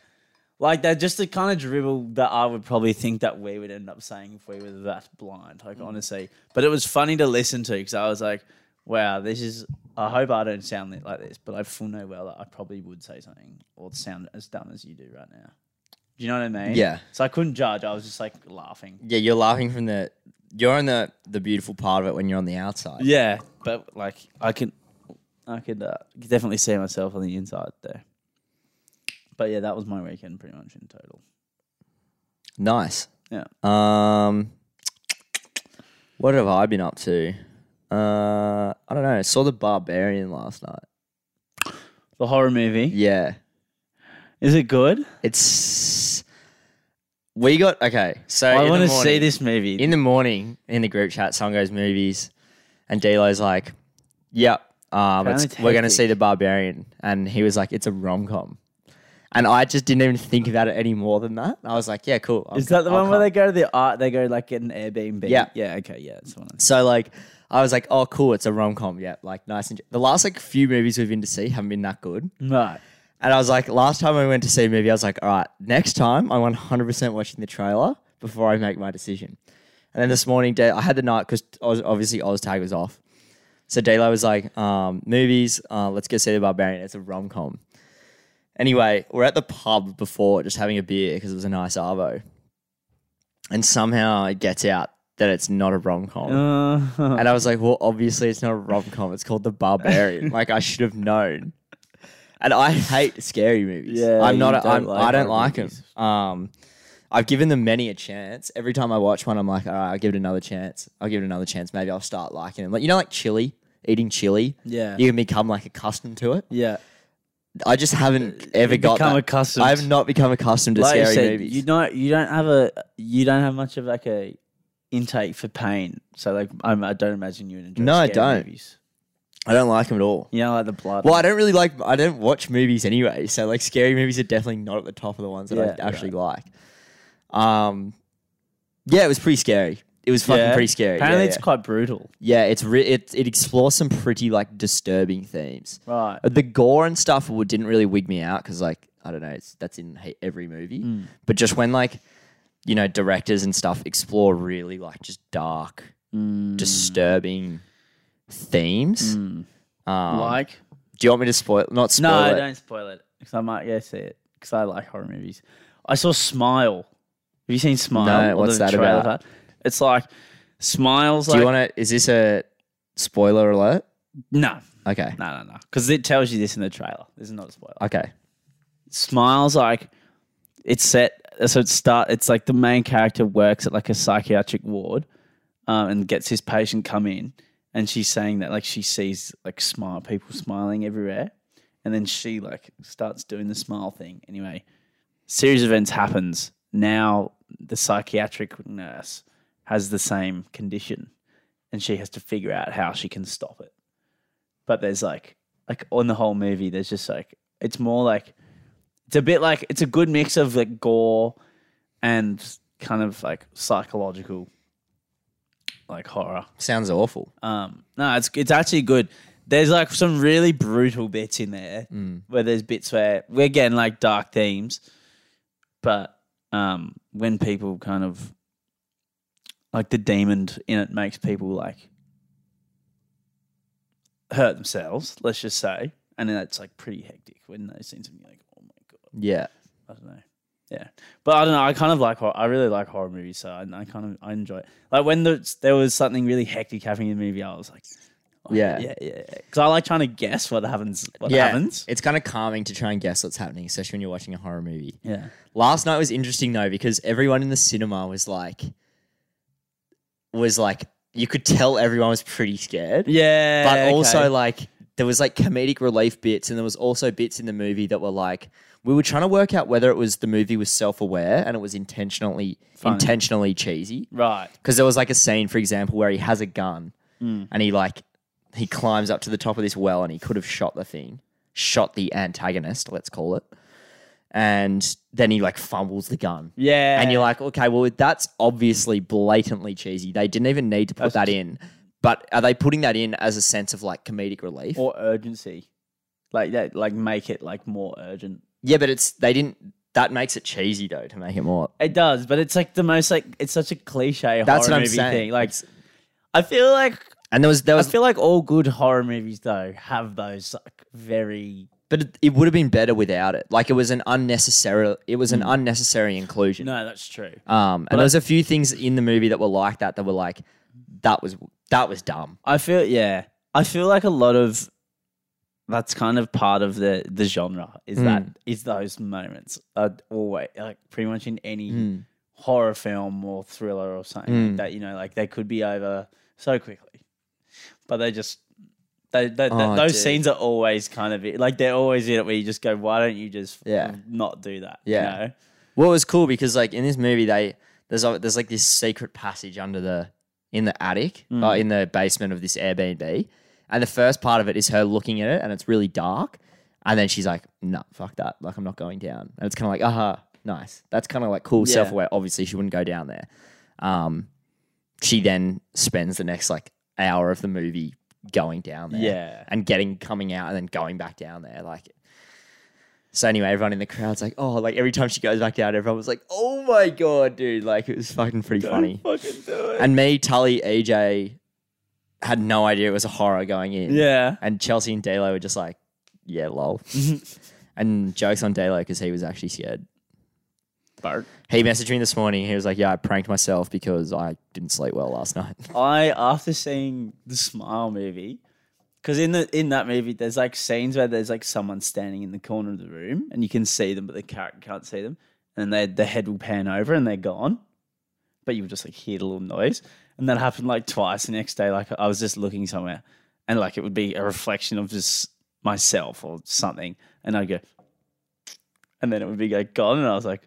Speaker 1: Like they're just the kind of dribble that I would probably think that we would end up saying if we were that blind. Like honestly, but it was funny to listen to because I was like, "Wow, this is." I hope I don't sound like this, but I full know well that I probably would say something or sound as dumb as you do right now. Do you know what I mean?
Speaker 2: Yeah.
Speaker 1: So I couldn't judge. I was just like laughing.
Speaker 2: Yeah, you're laughing from the. You're on the the beautiful part of it when you're on the outside.
Speaker 1: Yeah, but like I can, I could uh, definitely see myself on the inside there. But yeah, that was my weekend pretty much in total.
Speaker 2: Nice.
Speaker 1: Yeah.
Speaker 2: Um, what have I been up to? Uh, I don't know. I saw the Barbarian last night.
Speaker 1: The horror movie.
Speaker 2: Yeah,
Speaker 1: Is it good?
Speaker 2: it's we got okay. So
Speaker 1: I
Speaker 2: want to
Speaker 1: see this movie.
Speaker 2: in the morning in the group chat. Someone goes movies, and Delo's like, "Yep, um, it's-
Speaker 1: Apparently
Speaker 2: we're going to
Speaker 1: hectic.
Speaker 2: see the Barbarian," and he was like, "It's a rom com." And I just didn't even think about it any more than that. I was like, "Yeah, cool." I'll
Speaker 1: Is
Speaker 2: co-
Speaker 1: that the
Speaker 2: I'll
Speaker 1: one where
Speaker 2: come.
Speaker 1: they go to the art? They go like get an Airbnb.
Speaker 2: Yeah.
Speaker 1: Yeah. Okay. Yeah. It's the one.
Speaker 2: So like I was like, oh cool, it's a rom com. Yeah, like nice and the last like few movies we've been to see haven't been that good.
Speaker 1: Right.
Speaker 2: And I was like, last time I went to see a movie, I was like, all right, next time I'm 100 percent watching the trailer before I make my decision. And then this morning, day I had the night because obviously Oztag was off. So Daylo was like, um, movies, uh, let's go see The Barbarian. It's a rom com. Anyway, we're at the pub before just having a beer because it was a nice Arvo. And somehow it gets out that it's not a rom com.
Speaker 1: Uh,
Speaker 2: And I was like, well, obviously it's not a rom com. It's called
Speaker 1: [LAUGHS]
Speaker 2: The Barbarian. like I should have known. And I hate scary movies.
Speaker 1: Yeah,
Speaker 2: I'm not.
Speaker 1: you
Speaker 2: A,
Speaker 1: don't
Speaker 2: I'm,
Speaker 1: like
Speaker 2: I don't
Speaker 1: horror
Speaker 2: like them.
Speaker 1: movies.
Speaker 2: Um, I've given them many a chance. Every time I watch one, I'm like, all right, I'll give it another chance. I'll give it another chance. Maybe I'll start liking them. Like you know, like chili, eating chili.
Speaker 1: Yeah.
Speaker 2: you can become like accustomed to it.
Speaker 1: yeah.
Speaker 2: I just haven't ever got
Speaker 1: Uh, become
Speaker 2: that.
Speaker 1: accustomed.
Speaker 2: I have not become accustomed to
Speaker 1: Like you
Speaker 2: scary
Speaker 1: said,
Speaker 2: movies.
Speaker 1: you don't. You don't have a. You don't have much of like a intake for pain. So like, I'm, I don't imagine you would enjoy.
Speaker 2: No, I
Speaker 1: scary
Speaker 2: don't.
Speaker 1: Movies.
Speaker 2: I don't like them at all.
Speaker 1: You know, like the blood.
Speaker 2: Well, I don't really like. I don't watch movies anyway, so like scary movies are definitely not at the top of the ones that
Speaker 1: Yeah,
Speaker 2: I actually like. Um, yeah, it was pretty scary. It was fucking pretty scary. Yeah,
Speaker 1: Apparently,
Speaker 2: yeah,
Speaker 1: it's quite brutal.
Speaker 2: yeah. It's re- it it explores some pretty like disturbing themes.
Speaker 1: Right.
Speaker 2: Uh, The gore and stuff w- didn't really wig me out because like I don't know, it's that's in he- every movie.
Speaker 1: Mm.
Speaker 2: But just when like you know directors and stuff explore really like just dark,
Speaker 1: Mm.
Speaker 2: disturbing themes. Um,
Speaker 1: like.
Speaker 2: do you want me to spoil? Not spoil
Speaker 1: Mm. No,
Speaker 2: it.
Speaker 1: don't spoil it because I might go see it because I like horror movies. I saw Smile. Have you seen Smile?
Speaker 2: No,
Speaker 1: Or
Speaker 2: what's
Speaker 1: the
Speaker 2: that
Speaker 1: trailer
Speaker 2: about?
Speaker 1: for it? It's like Smile's
Speaker 2: Do
Speaker 1: like
Speaker 2: you want to? Is this a spoiler alert?
Speaker 1: no,
Speaker 2: Okay.
Speaker 1: no, no, no, because it tells you this in the trailer. This is not a spoiler.
Speaker 2: Okay.
Speaker 1: Smile's like it's set so it start. It's like the main character works at like a psychiatric ward, um, and gets his patient come in, and she's saying that like she sees like smile people smiling everywhere, and then she like starts doing the smile thing. Anyway, series of events happens. Now the psychiatric nurse has the same condition, and she has to figure out how she can stop it. But there's like like on the whole movie, there's just like it's more like it's a bit like it's a good mix of like gore and kind of like psychological like horror.
Speaker 2: Sounds awful.
Speaker 1: Um, no, it's it's actually good. There's like some really brutal bits in there where there's bits where we're getting like dark themes, but um, when people kind of like the demon in it makes people like hurt themselves, let's just say, and then it's like pretty hectic when those scenes are like, oh my god.
Speaker 2: Yeah.
Speaker 1: I don't know. Yeah, but I don't know. I kind of like horror. I really like horror movies, so I, I kind of I enjoy it. Like when the, there was something really hectic happening in the movie, I was like, oh,
Speaker 2: Yeah.
Speaker 1: yeah, yeah, because I like trying to guess what happens. What
Speaker 2: yeah.
Speaker 1: happens?
Speaker 2: It's kind of calming to try and guess what's happening, especially when you're watching a horror movie.
Speaker 1: Yeah,
Speaker 2: Last night was interesting though because everyone in the cinema was like, was like, you could tell everyone was pretty scared.
Speaker 1: yeah.
Speaker 2: But also
Speaker 1: okay.
Speaker 2: like there was like comedic relief bits, and there was also bits in the movie that were like we were trying to work out whether it was the movie was self aware and it was intentionally intentionally cheesy.
Speaker 1: right.
Speaker 2: because there was like a scene, for example, where he has a gun
Speaker 1: Mm.
Speaker 2: and he like he climbs up to the top of this well and he could have shot the thing, shot the antagonist, let's call it, and then he like fumbles the gun.
Speaker 1: Yeah,
Speaker 2: And you're like, okay, well, that's obviously blatantly cheesy. They didn't even need to put that in. But are they putting that in as a sense of like comedic relief?
Speaker 1: or urgency, like that, like make it like more urgent.
Speaker 2: yeah, but it's they didn't that makes it cheesy though to make it more.
Speaker 1: It does, but it's like the most like it's such a cliche
Speaker 2: That's
Speaker 1: horror
Speaker 2: what I'm
Speaker 1: movie
Speaker 2: saying.
Speaker 1: thing. Like I feel like
Speaker 2: And there was there
Speaker 1: I
Speaker 2: was,
Speaker 1: feel like all good horror movies though have those like very
Speaker 2: but it, it would have been better without it. Like it was an unnecessary, it was
Speaker 1: Mm.
Speaker 2: an unnecessary inclusion.
Speaker 1: No, that's true.
Speaker 2: Um, and there was a few things in the movie that were like that. That were like, that was that was dumb.
Speaker 1: I feel yeah. I feel like a lot of that's kind of part of the the genre is
Speaker 2: Hmm.
Speaker 1: that is those moments are always like pretty much in any
Speaker 2: Hmm.
Speaker 1: horror film or thriller or something like that you know like they could be over so quickly, but they just. They, they, they-
Speaker 2: Oh,
Speaker 1: those
Speaker 2: dude.
Speaker 1: scenes are always kind of it- like they're always in it where you just go, why don't you just
Speaker 2: Yeah.
Speaker 1: not do that?
Speaker 2: Yeah.
Speaker 1: you know?
Speaker 2: Well, it was cool because like in this movie, they there's a- there's like this secret passage under the in the attic,
Speaker 1: Mm.
Speaker 2: uh, in the basement of this Airbnb, and the first part of it is her looking at it, and it's really dark, and then she's like, "No, fuck that! Like I'm not going down." And it's kind of like, "Aha, nice." That's kind of like cool,
Speaker 1: Yeah.
Speaker 2: self-aware. Obviously, she wouldn't go down there. Um, she then spends the next like hour of the movie going down there,
Speaker 1: Yeah.
Speaker 2: and getting coming out and then going back down there, like so anyway, everyone in the crowd's like, oh, like every time she goes back down, everyone was like, oh my god, dude, like it was fucking pretty funny.
Speaker 1: Fucking do it.
Speaker 2: And me, Tully, AJ had no idea it was a horror going in.
Speaker 1: Yeah.
Speaker 2: And Chelsea and Dalo were just like, yeah, lol. [LAUGHS] and jokes on Dalo because he was actually scared.
Speaker 1: Bart.
Speaker 2: He messaged me this morning. He was like, yeah, I pranked myself because I didn't sleep well last [LAUGHS] night.
Speaker 1: I after seeing the Smile movie, because in the in that movie there's like scenes where there's like someone standing in the corner of the room and you can see them, but the character can't see them, and they the head will pan over and they're gone, but you just like hear the little noise, and that happened like twice. The next day, like I was just looking somewhere, and like it would be a reflection of just myself or something, and I'd go, and then it would be like gone, and I was like.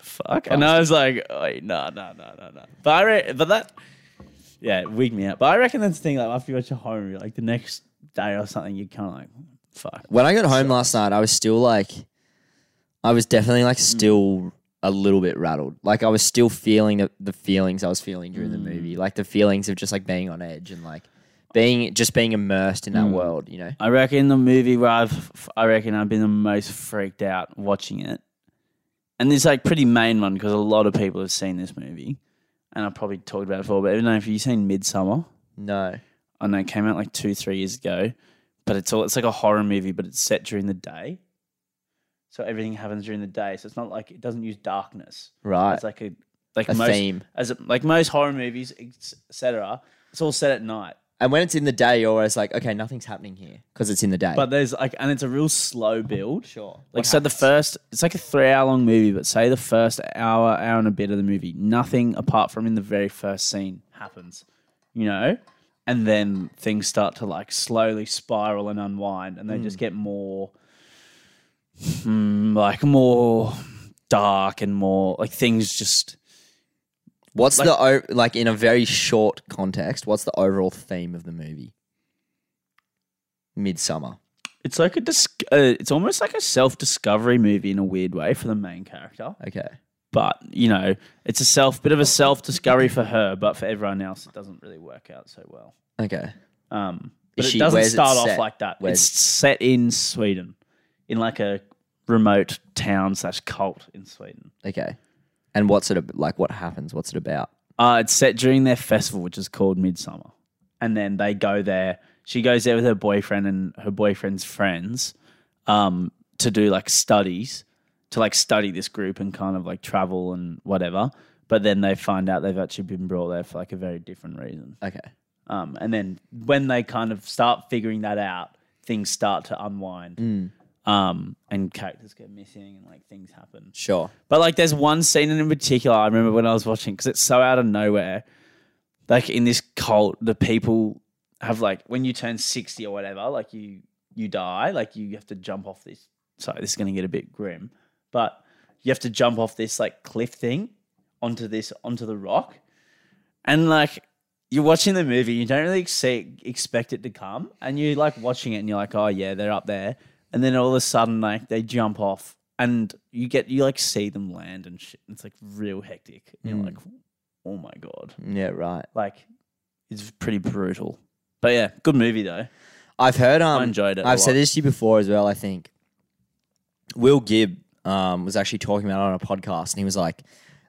Speaker 1: Fuck, and I was like, "Wait, no, no, no, no, no." But I, re- but that yeah, it wigged me out. But I reckon that's the thing. Like after you watch a horror movie, like the next day or something, you're kind of like, fuck.
Speaker 2: When I got home last night, I was still like, I was definitely
Speaker 1: Mm.
Speaker 2: like still a little bit rattled. Like I was still feeling the, the feelings I was feeling during the
Speaker 1: Mm.
Speaker 2: movie, like the feelings of just like being on edge and like being just being immersed in
Speaker 1: Mm.
Speaker 2: that world, you know.
Speaker 1: I reckon the movie where I've, I reckon I've been the most freaked out watching it, and this like pretty main one because a lot of people have seen this movie, and I probably talked about it before. But even know if you've seen Midsummer,
Speaker 2: No,
Speaker 1: I know it came out like two, three years ago, but it's all it's like a horror movie, but it's set during the day. So everything happens during the day. So it's not like it doesn't use darkness.
Speaker 2: right?
Speaker 1: It's like a like
Speaker 2: A
Speaker 1: most
Speaker 2: theme.
Speaker 1: as it- like most horror movies, etc. It's all set at night,
Speaker 2: and when it's in the day, you're always like, okay, nothing's happening here because it's in the day.
Speaker 1: but there's like, and it's a real slow build.
Speaker 2: sure,
Speaker 1: Like, so the first, it's like a three hour long movie, but say the first hour, hour and a bit of the movie, nothing apart from in the very first scene happens, you know? And then things start to like slowly spiral and unwind, and they just get more, hmm, like more dark and more like things just
Speaker 2: what's the o- like in a very short context? What's the overall theme of the movie? Midsummer.
Speaker 1: It's like a dis- uh, it's almost like a self discovery movie in a weird way for the main character,
Speaker 2: Okay.
Speaker 1: but you know, it's a self bit of a self discovery for her, but for everyone else, it doesn't really work out so well.
Speaker 2: Okay.
Speaker 1: Um, but
Speaker 2: Is she-
Speaker 1: it doesn't
Speaker 2: where's it
Speaker 1: start off
Speaker 2: set?
Speaker 1: like that.
Speaker 2: Where's-
Speaker 1: It's set in Sweden, in like a remote town slash cult in Sweden.
Speaker 2: Okay. And what's it ab- like? What happens? What's it about?
Speaker 1: Uh, it's set during their festival, which is called Midsummer. And then they go there. She goes there with her boyfriend and her boyfriend's friends um, to do like studies, to like study this group and kind of like travel and whatever. But then they find out they've actually been brought there for like a very different reason.
Speaker 2: Okay.
Speaker 1: Um, and then when they kind of start figuring that out, things start to unwind. Um, and characters go missing and like things happen.
Speaker 2: Sure.
Speaker 1: But like, there's one scene in particular I remember when I was watching because it's so out of nowhere. Like in this cult, the people have like when you turn sixty or whatever, like you you die, like you have to jump off this. Sorry, this is gonna get a bit grim, but you have to jump off this like cliff thing onto this onto the rock, and like you're watching the movie, you don't really see, expect it to come, and you're like watching it, and you're like, oh yeah, they're up there, and then all of a sudden, like they jump off, and you get you like see them land and shit. And it's like real hectic. And You're like, oh my god,
Speaker 2: Yeah. Right.
Speaker 1: like it's pretty brutal. But yeah, good movie though.
Speaker 2: I've heard. Um,
Speaker 1: enjoyed it a
Speaker 2: I've
Speaker 1: lot.
Speaker 2: said this to you before as well. I think Will Gibb um, was actually talking about it on a podcast, and he was like,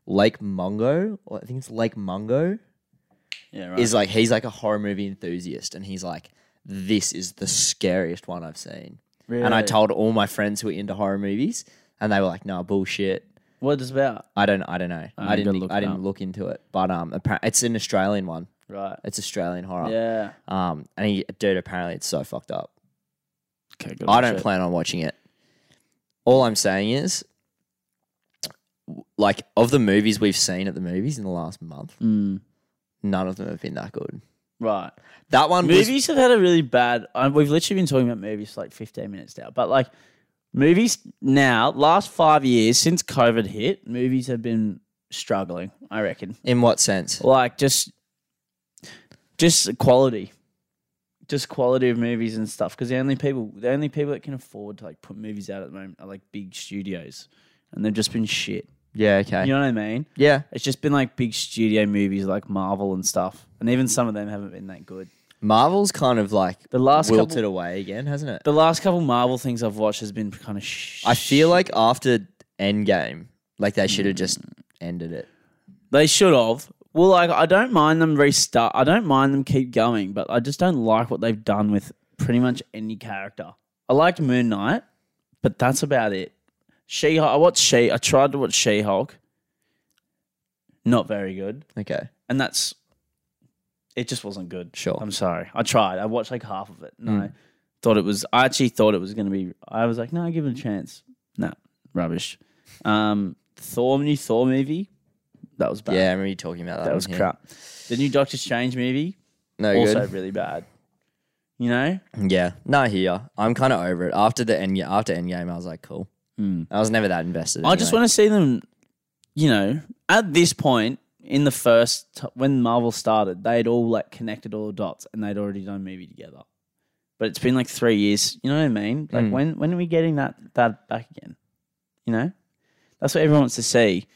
Speaker 2: Lake Mungo, or I think it's Lake Mungo,
Speaker 1: Yeah, right.
Speaker 2: is like he's like a horror movie enthusiast, and he's like, this is the scariest one I've seen. And I
Speaker 1: Really?
Speaker 2: told all my friends who were into horror movies, and they were like, no bullshit.
Speaker 1: what is it about?
Speaker 2: I don't, I don't know.
Speaker 1: you
Speaker 2: I didn't,
Speaker 1: gotta
Speaker 2: look
Speaker 1: look
Speaker 2: I
Speaker 1: it
Speaker 2: didn't
Speaker 1: up.
Speaker 2: look into it, but um, appar- it's an Australian one.
Speaker 1: Right.
Speaker 2: It's Australian horror.
Speaker 1: Yeah.
Speaker 2: Um, and he, dude, apparently it's so fucked up.
Speaker 1: Okay, good.
Speaker 2: I don't plan on watching it. All I'm saying is, w- like, of the movies we've seen at the movies in the last month,
Speaker 1: Mm.
Speaker 2: none of them have been that good.
Speaker 1: Right.
Speaker 2: That one was-
Speaker 1: Movies have had a really bad. Uh, we've literally been talking about movies for like 15 minutes now, but like movies now, last five years since COVID hit, movies have been struggling. I reckon,
Speaker 2: in what sense?
Speaker 1: like just, just quality, just quality of movies and stuff. Because the only people, the only people that can afford to like put movies out at the moment are like big studios, and they've just been shit.
Speaker 2: Yeah, okay.
Speaker 1: You know what I mean?
Speaker 2: yeah.
Speaker 1: It's just been like big studio movies like Marvel and stuff, and even some of them haven't been that good.
Speaker 2: Marvel's kind of like
Speaker 1: The last
Speaker 2: wilted
Speaker 1: couple-
Speaker 2: away again, hasn't it?
Speaker 1: The last couple Marvel things I've watched has been kind of. Sh-
Speaker 2: I feel like after Endgame, like they
Speaker 1: Mm.
Speaker 2: should have just ended it.
Speaker 1: they should have. Well, like I don't mind them restart. I don't mind them keep going, but I just don't like what they've done with pretty much any character. I liked Moon Knight, but that's about it. She, I watched She. I tried to watch She Hulk. Not very good,
Speaker 2: Okay.
Speaker 1: and that's. It just wasn't good.
Speaker 2: Sure. Hmm.
Speaker 1: I'm sorry. I tried. I watched like half of it. No, thought it was. I actually thought it was going to be. I was like, no, give it a chance. No, rubbish. Um, Thor new Thor movie, that was bad.
Speaker 2: Yeah, I remember you talking about that.
Speaker 1: that
Speaker 2: on
Speaker 1: was
Speaker 2: here.
Speaker 1: crap. The new Doctor Strange movie,
Speaker 2: No
Speaker 1: also
Speaker 2: good.
Speaker 1: really bad. You know,
Speaker 2: [LAUGHS] Yeah, no, here I'm kind of over it. After the end, after Endgame, I was like, cool. I was never that invested.
Speaker 1: Mm. I just want to see them. You know, at this point in the first t- when Marvel started, they'd all like connected all the dots and they'd already done a movie together. But it's been like three years. You know what I mean? Like when when are we getting that that back again? You know, that's what everyone wants to see.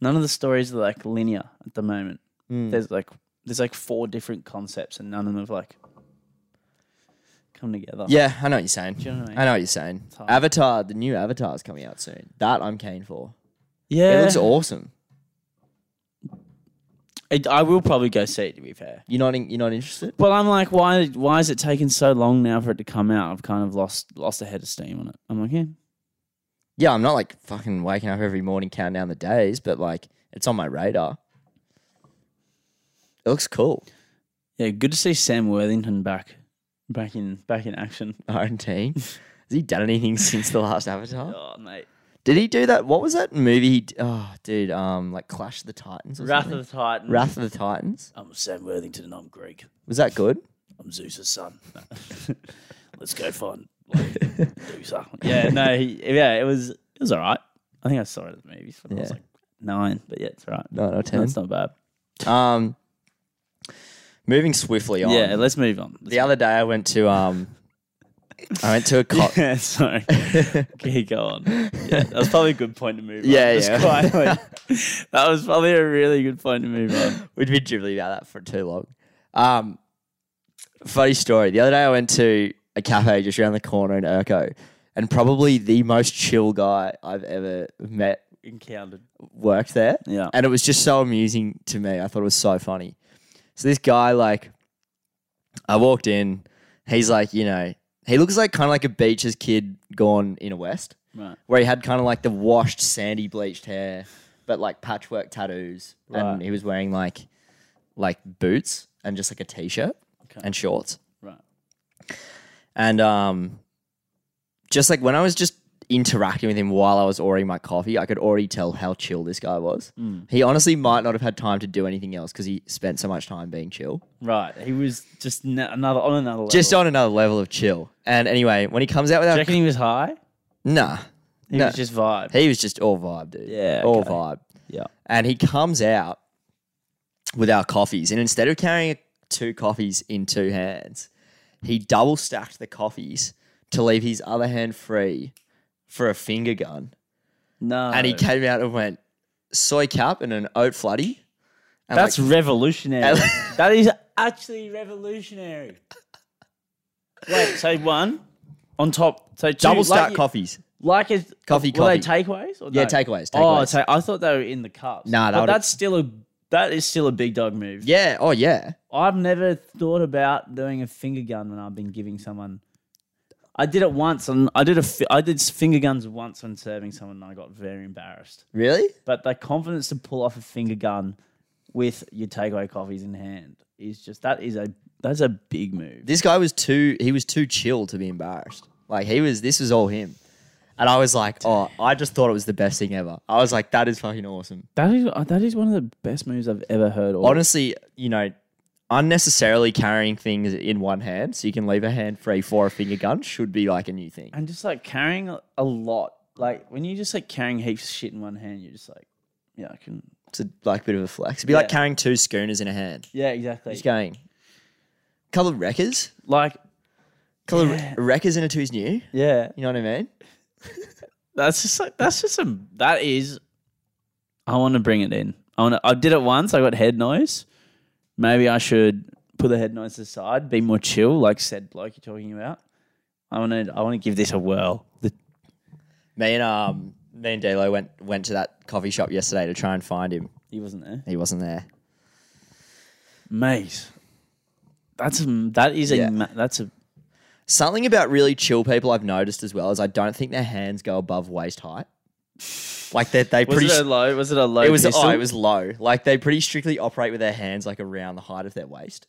Speaker 1: None of the stories are like linear at the moment. There's like there's like four different concepts and none of them have like come together.
Speaker 2: Yeah, I know what you're saying.
Speaker 1: you know what I mean?
Speaker 2: I know what you're saying.
Speaker 1: hard.
Speaker 2: Avatar, the new Avatar is coming out soon. That I'm keen for.
Speaker 1: yeah.
Speaker 2: It looks awesome.
Speaker 1: It- I will probably go see it to be fair.
Speaker 2: You're not in, you're not interested?
Speaker 1: But I'm like, why? Why is it taking so long now for it to come out? I've kind of lost lost a head of steam on it. I'm like, yeah,
Speaker 2: Yeah, I'm not like fucking waking up every morning counting down the days, but like it's on my radar. It looks cool. [LAUGHS]
Speaker 1: yeah. Good to see Sam Worthington back, back in back in action.
Speaker 2: Nineteen. Has he done anything [LAUGHS] since the last Avatar?
Speaker 1: Oh mate,
Speaker 2: Did he do that? What was that movie? He d- oh, dude, um, like Clash of the Titans. Or
Speaker 1: Wrath
Speaker 2: something?
Speaker 1: of the Titan.
Speaker 2: Wrath of the Titans.
Speaker 1: I'm Sam Worthington, and I'm Greek.
Speaker 2: Was that good?
Speaker 1: I'm Zeus's [LAUGHS] son. Let's go find Zeus. [LAUGHS] yeah, no, he, yeah. It was it was all right. I think I saw it at the movies when I was
Speaker 2: Yeah.
Speaker 1: like nine, but yeah, it's all right.
Speaker 2: Nine or ten.
Speaker 1: That's not bad.
Speaker 2: Um, moving swiftly on.
Speaker 1: Yeah, let's move on.
Speaker 2: the other day I went to um, I went to a
Speaker 1: [LAUGHS]
Speaker 2: cop.
Speaker 1: Yeah,
Speaker 2: [LAUGHS]
Speaker 1: sorry. okay, go on. Yeah, that was probably a good point to move on.
Speaker 2: Yeah,
Speaker 1: Just
Speaker 2: yeah. [LAUGHS]
Speaker 1: quietly. that was probably a really good point to move on.
Speaker 2: We'd been dribbling about that for too long. Um, funny story. The other day I went to a cafe just around the corner in Urco, and probably the most chill guy I've ever met
Speaker 1: Encountered.
Speaker 2: worked there.
Speaker 1: Yeah.
Speaker 2: And it was just so amusing to me. I thought it was so funny. So this guy, like, I walked in, he's like, you know, he looks like kind of like a beaches kid gone in a west.
Speaker 1: Right.
Speaker 2: Where he had kind of like the washed, sandy, bleached hair, but like patchwork tattoos.
Speaker 1: Right.
Speaker 2: And he was wearing like like boots and just like a t shirt and shorts.
Speaker 1: Right.
Speaker 2: And um, just like when I was just interacting with him while I was ordering my coffee, I could already tell how chill this guy was.
Speaker 1: Mm.
Speaker 2: He honestly might not have had time to do anything else because he spent so much time being chill.
Speaker 1: Right. He was just n- another on another level.
Speaker 2: Just on another level of chill. And anyway, when he comes out
Speaker 1: Do
Speaker 2: with
Speaker 1: you
Speaker 2: our.
Speaker 1: reckon he was high?
Speaker 2: Nah.
Speaker 1: He
Speaker 2: No.
Speaker 1: was just vibe.
Speaker 2: He was just all vibe, dude.
Speaker 1: Yeah,
Speaker 2: All
Speaker 1: okay.
Speaker 2: vibe.
Speaker 1: yeah.
Speaker 2: And he comes out with our coffees. And instead of carrying two coffees in two hands, he double stacked the coffees to leave his other hand free for a finger gun.
Speaker 1: No.
Speaker 2: And he came out and went, soy cap and an oat flutty. And
Speaker 1: That's
Speaker 2: like,
Speaker 1: revolutionary.
Speaker 2: And-
Speaker 1: [LAUGHS] that is actually revolutionary. Wait, so one on top. So two,
Speaker 2: double
Speaker 1: like
Speaker 2: stack
Speaker 1: you-
Speaker 2: coffees.
Speaker 1: Like it's
Speaker 2: Coffee,
Speaker 1: Were they
Speaker 2: coffee.
Speaker 1: takeaways? Or
Speaker 2: Yeah,
Speaker 1: no?
Speaker 2: takeaways.
Speaker 1: Oh,
Speaker 2: takeaways.
Speaker 1: ta- I thought they were in the cups.
Speaker 2: Nah, that
Speaker 1: but
Speaker 2: would've-
Speaker 1: that's still a that is still a big dog move.
Speaker 2: yeah. Oh, yeah.
Speaker 1: I've never thought about doing a finger gun when I've been giving someone. I did it once, and I did a fi- I did finger guns once when serving someone, and I got very embarrassed.
Speaker 2: Really?
Speaker 1: But the confidence to pull off a finger gun with your takeaway coffees in hand is just that is a that's a big move.
Speaker 2: This guy was too. He was too chill to be embarrassed. Like he was. This was all him. And I was like, oh, I just thought it was the best thing ever. I was like, that is fucking awesome.
Speaker 1: That is uh, that is one of the best moves I've ever heard. Or
Speaker 2: honestly, you know, unnecessarily carrying things in one hand so you can leave a hand free for a finger gun should be like a new thing.
Speaker 1: and just like carrying a- a lot, like when you just like carrying heaps of shit in one hand, you're just like, yeah, I can.
Speaker 2: It's a like bit of a flex. It'd be like
Speaker 1: Yeah.
Speaker 2: carrying two schooners in a hand.
Speaker 1: Yeah, exactly.
Speaker 2: Just going, couple of wreckers,
Speaker 1: Like
Speaker 2: couple of wreckers in a two's new.
Speaker 1: yeah,
Speaker 2: You know what I mean?
Speaker 1: That's just like that's just a that is. I want to bring it in. I want. to I did it once. I got head noise. Maybe I should put the head noise aside. Be more chill, like said bloke you're talking about. I want to. I want to give this a whirl. The-
Speaker 2: Me and um, me and Delo went went to that coffee shop yesterday to try and find him.
Speaker 1: he wasn't there,
Speaker 2: He wasn't there.
Speaker 1: mate. That's a, that is a
Speaker 2: Yeah.
Speaker 1: ma- that's a
Speaker 2: Something about really chill people I've noticed as well is I don't think their hands go above waist height. Like they they
Speaker 1: was
Speaker 2: pretty
Speaker 1: it a low was it a low
Speaker 2: It was
Speaker 1: pistol?
Speaker 2: oh, it was low. Like they pretty strictly operate with their hands like around the height of their waist.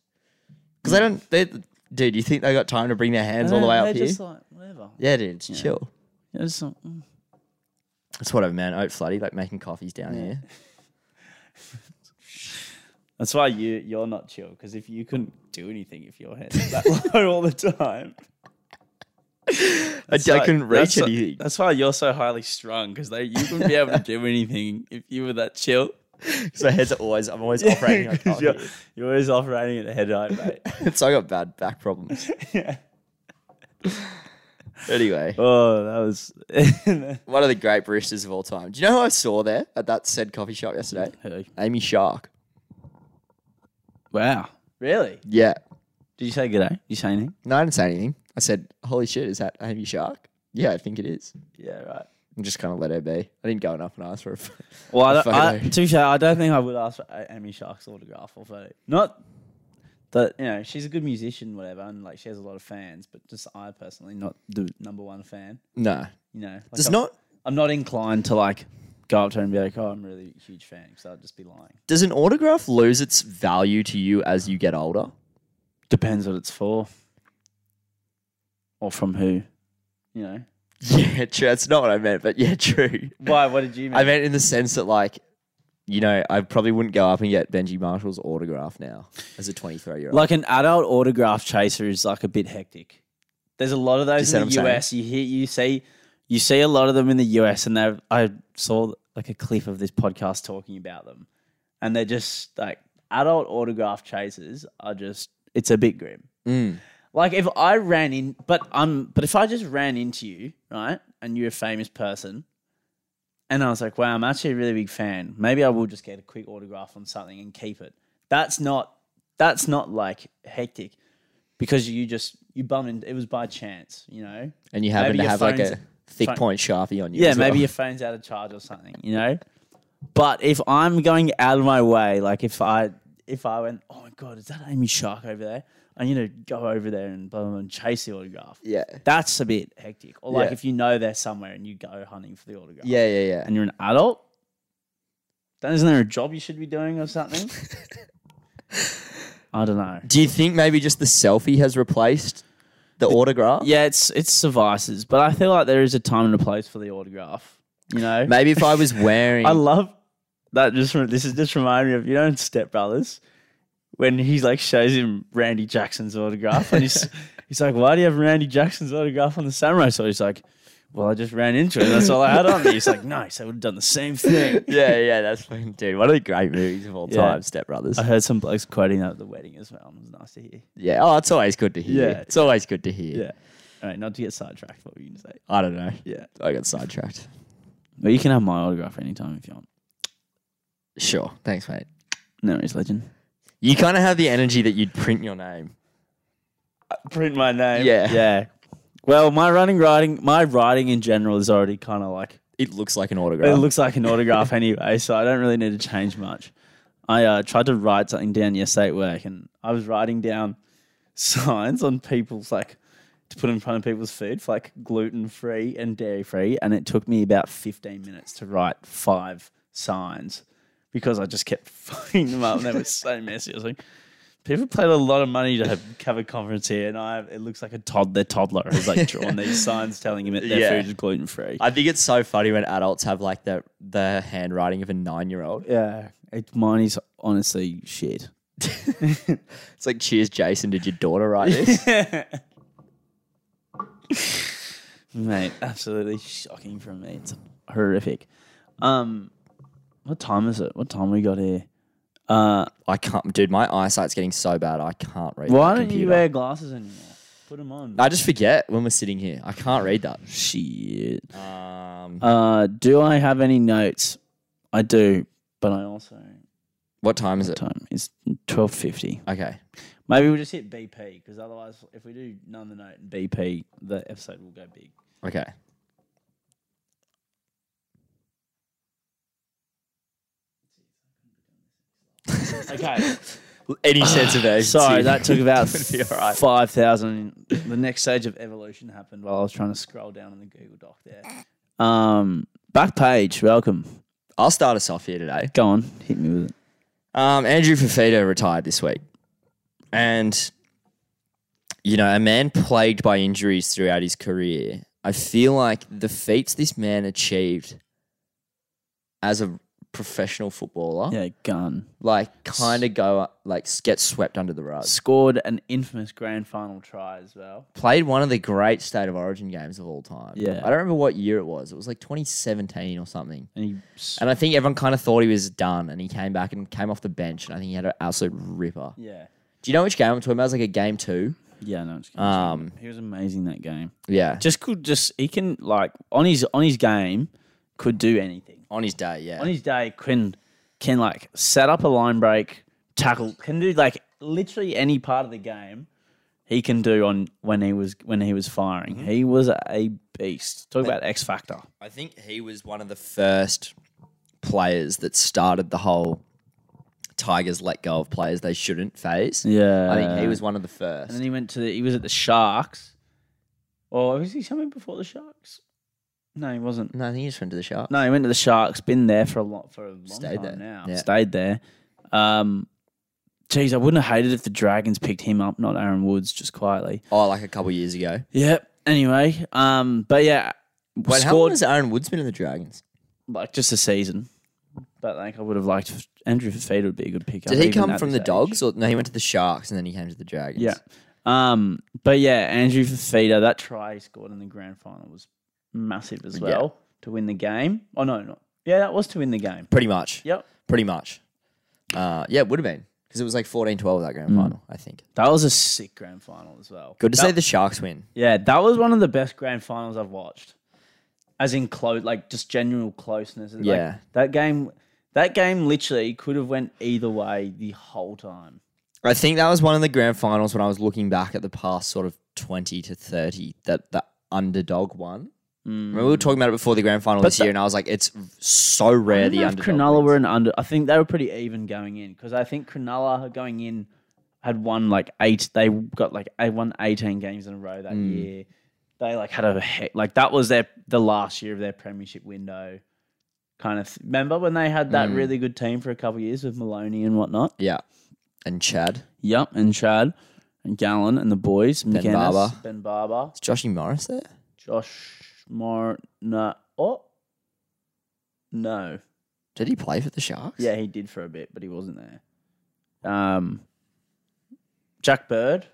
Speaker 2: Because they don't. They, dude, you think they got time to bring their hands all the way
Speaker 1: Uh, They're
Speaker 2: up here?
Speaker 1: just like whatever
Speaker 2: yeah, dude, it's chill.
Speaker 1: They're just like, mm.
Speaker 2: That's whatever, man. Oat floody, like making coffees down here.
Speaker 1: that's why you you're not chill because if you couldn't do anything if your head was that [LAUGHS] low all the time
Speaker 2: I, I
Speaker 1: like-
Speaker 2: couldn't
Speaker 1: that's
Speaker 2: reach
Speaker 1: why-
Speaker 2: anything.
Speaker 1: that's why you're so highly strung because you wouldn't be able to do anything if you were that chill.
Speaker 2: [LAUGHS] So my heads are always.
Speaker 1: [LAUGHS]
Speaker 2: I'm always [LAUGHS] operating. Like,
Speaker 1: 'Cause
Speaker 2: oh,
Speaker 1: you're, you're always operating at the head height,
Speaker 2: [LAUGHS]
Speaker 1: mate.
Speaker 2: yeah. so I got bad back
Speaker 1: [LAUGHS]
Speaker 2: problems. Anyway,
Speaker 1: Oh, that was [LAUGHS]
Speaker 2: one of the great baristas of all time. Do you know who I saw there at that said coffee shop yesterday? Amy Shark.
Speaker 1: wow. Really?
Speaker 2: Yeah.
Speaker 1: Did you say good day? You say anything?
Speaker 2: No, I didn't say anything. I said, "Holy shit, is that Amy Shark?" Yeah, I think it is.
Speaker 1: Yeah, right.
Speaker 2: and just kind of let her be. I didn't go enough and ask for a pho-
Speaker 1: Well, I, don't-
Speaker 2: photo.
Speaker 1: I, to be fair, I don't think I would ask for A- Amy Shark's autograph or photo. Not that you know she's a good musician, whatever, and like she has a lot of fans. But just I personally, not the number one fan.
Speaker 2: no,
Speaker 1: You know, like
Speaker 2: it's
Speaker 1: I'm-
Speaker 2: not.
Speaker 1: I'm not inclined to like go up to her and be like, "Oh, I'm really a huge fan," because I'd just be lying.
Speaker 2: Does an autograph lose its value to you as you get older?
Speaker 1: Depends what it's for, or from who. You know,
Speaker 2: [LAUGHS] Yeah, true. That's not what I meant, but yeah, true.
Speaker 1: why? What did you mean?
Speaker 2: I meant in the sense that, like, you know, I probably wouldn't go up and get Benji Marshall's autograph now as a 23 year old.
Speaker 1: like an adult autograph chaser is like a bit hectic. There's a lot of those
Speaker 2: see
Speaker 1: in the
Speaker 2: what I'm
Speaker 1: US. You hear, you see, you see a lot of them in the US, and they I saw like a clip of this podcast talking about them, and they're just like adult autograph chasers are just. It's a bit grim.
Speaker 2: Mm.
Speaker 1: Like if I ran in, but I'm, but if I just ran into you, right, and you're a famous person, and I was like, wow, I'm actually a really big fan. Maybe I will just get a quick autograph on something and keep it. That's not, that's not like hectic, because you just you bumped. In, it was by chance, you know.
Speaker 2: and you happen
Speaker 1: maybe
Speaker 2: to
Speaker 1: your
Speaker 2: have like a
Speaker 1: phone's-
Speaker 2: thick
Speaker 1: phone-
Speaker 2: point sharpie on you.
Speaker 1: Yeah,
Speaker 2: as well.
Speaker 1: maybe your phone's out of charge or something, you know. But if I'm going out of my way, like if I if I went, oh my god, is that Amy Shark over there? I need to go over there and blah blah, blah and chase the autograph.
Speaker 2: [LAUGHS] Yeah.
Speaker 1: that's a bit hectic. Or like
Speaker 2: Yeah.
Speaker 1: if you know they're somewhere and you go hunting for the autograph.
Speaker 2: Yeah, yeah, yeah.
Speaker 1: and you're an adult. Then isn't there a job you should be doing or
Speaker 2: [LAUGHS]
Speaker 1: something? I don't know.
Speaker 2: Do you think maybe just the selfie has replaced the, autograph?
Speaker 1: Yeah, it's it's suffices, but I feel like there is a time and a place for the autograph. You know,
Speaker 2: Maybe if I was
Speaker 1: [LAUGHS]
Speaker 2: wearing.
Speaker 1: I love that. Just rem- this is just reminding me of you know in Step Brothers when he's like shows him Randy Jackson's autograph and [LAUGHS] he's he's like, "Why do you have Randy Jackson's autograph on the samurai?" So he's like, "Well, I just ran into it. and That's all I had on me." He's [LAUGHS] like, "Nice. I would have done the same [LAUGHS] thing."
Speaker 2: [LAUGHS] yeah, yeah, that's fucking dude. One of the great movies of all
Speaker 1: Yeah. Uh-huh.
Speaker 2: time, Step Brothers.
Speaker 1: I heard some blokes quoting that at the wedding as well. It was nice to hear.
Speaker 2: yeah, oh, it's always good to hear.
Speaker 1: Yeah.
Speaker 2: it's always good to hear.
Speaker 1: Yeah. All right, not to get sidetracked, what were you going to say?
Speaker 2: I don't know.
Speaker 1: Yeah.
Speaker 2: I got sidetracked.
Speaker 1: Well, you can have my autograph anytime if you want.
Speaker 2: Sure, thanks, mate.
Speaker 1: No worries, legend.
Speaker 2: You kind of have the energy that you'd print your name.
Speaker 1: Print my name.
Speaker 2: Yeah.
Speaker 1: Yeah. Well, my running writing, my writing in general is already kind of like
Speaker 2: It looks like an
Speaker 1: it
Speaker 2: autograph.
Speaker 1: looks like an
Speaker 2: [LAUGHS]
Speaker 1: autograph anyway, so I don't really need to change much. I uh, tried to write something down yesterday at work, and I was writing down [LAUGHS] signs on people's like to put in front of people's food for like gluten free and dairy free, and it took me about fifteen minutes to write five signs because I just kept [LAUGHS] fucking them up, and they
Speaker 2: [LAUGHS]
Speaker 1: were so messy. I was like. People paid a lot of money to have, have a conference here, and I, it looks like a toddler, toddler who's like drawn
Speaker 2: [LAUGHS]
Speaker 1: these signs telling him that their
Speaker 2: Yeah.
Speaker 1: food is gluten free.
Speaker 2: I think it's so funny when adults have like the the handwriting of a nine year old.
Speaker 1: Yeah, it, mine is honestly shit.
Speaker 2: It's like, cheers, Jason. Did your daughter
Speaker 1: [LAUGHS]
Speaker 2: write this?
Speaker 1: Mate, absolutely shocking from me. It's horrific. Um, what time is it? What time we got here? Uh,
Speaker 2: I can't, dude. My eyesight's getting so bad. I can't read.
Speaker 1: why
Speaker 2: the
Speaker 1: don't you
Speaker 2: computer.
Speaker 1: wear glasses anymore? Put them on.
Speaker 2: I just forget when we're sitting here. I can't read that.
Speaker 1: Shit.
Speaker 2: Um,
Speaker 1: Uh, do I have any notes? I do, but I also
Speaker 2: what time is it?
Speaker 1: time is twelve fifty.
Speaker 2: Okay.
Speaker 1: Maybe we'll just hit BP because otherwise, if we do none the note and BP, the episode will go big.
Speaker 2: Okay.
Speaker 1: Okay.
Speaker 2: [LAUGHS] Any sense of
Speaker 1: [SIGHS]
Speaker 2: urgency?
Speaker 1: Sorry, that [LAUGHS] took about
Speaker 2: be all right.
Speaker 1: five thousand. The next stage of evolution happened while I was trying to scroll down in the Google Doc there. Um, back page, welcome.
Speaker 2: [LAUGHS] I'll start us off here today.
Speaker 1: Go on, hit me with it.
Speaker 2: Um, Andrew Fafita retired this week, and you know, a man plagued by injuries throughout his career. I feel like the feats this man achieved as a professional footballer,
Speaker 1: Yeah, gun
Speaker 2: like kind of go like get swept under the rug.
Speaker 1: scored an infamous grand final try as well.
Speaker 2: played one of the great state of origin games of all time.
Speaker 1: Yeah.
Speaker 2: I don't remember what year it was. It was like 2017 or something.
Speaker 1: And he s-
Speaker 2: And I think everyone kind of thought he was done and he came back and came off the bench and I think he had an absolute ripper.
Speaker 1: yeah,
Speaker 2: Do you know which game I'm talking about? It was like a game 2.
Speaker 1: yeah, no, it's
Speaker 2: Um
Speaker 1: he was amazing that game.
Speaker 2: yeah.
Speaker 1: Just could just he can like on his on his game could do anything.
Speaker 2: on his day, yeah.
Speaker 1: on his day can can like set up a line break, tackle, can do like literally any part of the game. He can do on when he was when he was firing.
Speaker 2: Mm-hmm.
Speaker 1: He was a beast. Talk about X Factor.
Speaker 2: I think he was one of the first players that started the whole Tigers let go of players they shouldn't phase.
Speaker 1: Yeah,
Speaker 2: I think he was one of the
Speaker 1: And
Speaker 2: first.
Speaker 1: then he went to the, he was at the Sharks. Or was he somewhere before the Sharks? No, he wasn't.
Speaker 2: No, I think he just went to the Sharks.
Speaker 1: No, he went to the Sharks. Been there for a lot for a long
Speaker 2: Stayed
Speaker 1: time
Speaker 2: there,
Speaker 1: now.
Speaker 2: yeah.
Speaker 1: Stayed there. Um, geez, I wouldn't have hated if the Dragons picked him up, not Aaron Woods, just quietly.
Speaker 2: Oh, like a couple years ago.
Speaker 1: Yep. Anyway, um, but yeah,
Speaker 2: Wait, how long
Speaker 1: scored
Speaker 2: has Aaron Woods been in the Dragons?
Speaker 1: like just a season. But like, I would have liked Andrew Fafita would be a good pickup.
Speaker 2: Did he
Speaker 1: even
Speaker 2: come
Speaker 1: at
Speaker 2: from
Speaker 1: this
Speaker 2: the
Speaker 1: age.
Speaker 2: Dogs or no? He went to the Sharks and then he came to the Dragons.
Speaker 1: Yeah. Um, but yeah, Andrew Fafita, that try he scored in the grand final was massive as well to win the game. Oh no, no, yeah, that was to win the game.
Speaker 2: pretty much.
Speaker 1: Yep,
Speaker 2: pretty much. Uh, yeah, it would have been because it was like 14-12 that grand final. I think.
Speaker 1: that was a sick grand final as well.
Speaker 2: Good to
Speaker 1: Mm. That-
Speaker 2: see the Sharks win.
Speaker 1: Yeah, that was one of the best grand finals I've watched. As in close, like just general closeness. Like,
Speaker 2: Yeah.
Speaker 1: that game, that game literally could have went either way the whole time.
Speaker 2: I think that was one of the grand finals when I was looking back at the past sort of twenty to thirty that the underdog won.
Speaker 1: Mm.
Speaker 2: Remember we were talking about it before the grand final this year, and I was like, it's so
Speaker 1: I
Speaker 2: rare
Speaker 1: don't
Speaker 2: the
Speaker 1: know if
Speaker 2: underdog.
Speaker 1: Cronulla
Speaker 2: wins.
Speaker 1: were an under. I think they were pretty even going in because I think Cronulla going in had won like eight. They got like they won eighteen games in a row that
Speaker 2: Hmm.
Speaker 1: year. They like had a he- like that was their the last year of their premiership window. Kind of th- remember when they had
Speaker 2: Hmm.
Speaker 1: that really good team for a couple of years with Maloney and whatnot.
Speaker 2: yeah, and Chad.
Speaker 1: Yep, and Chad and Gallon and the boys. Ben
Speaker 2: Barber.
Speaker 1: Ben Barber.
Speaker 2: Is Joshy Morris there?
Speaker 1: Josh Mar. No. Oh. No.
Speaker 2: Did he play for the Sharks?
Speaker 1: Yeah, he did for a bit, but he wasn't there. Um, Jack Bird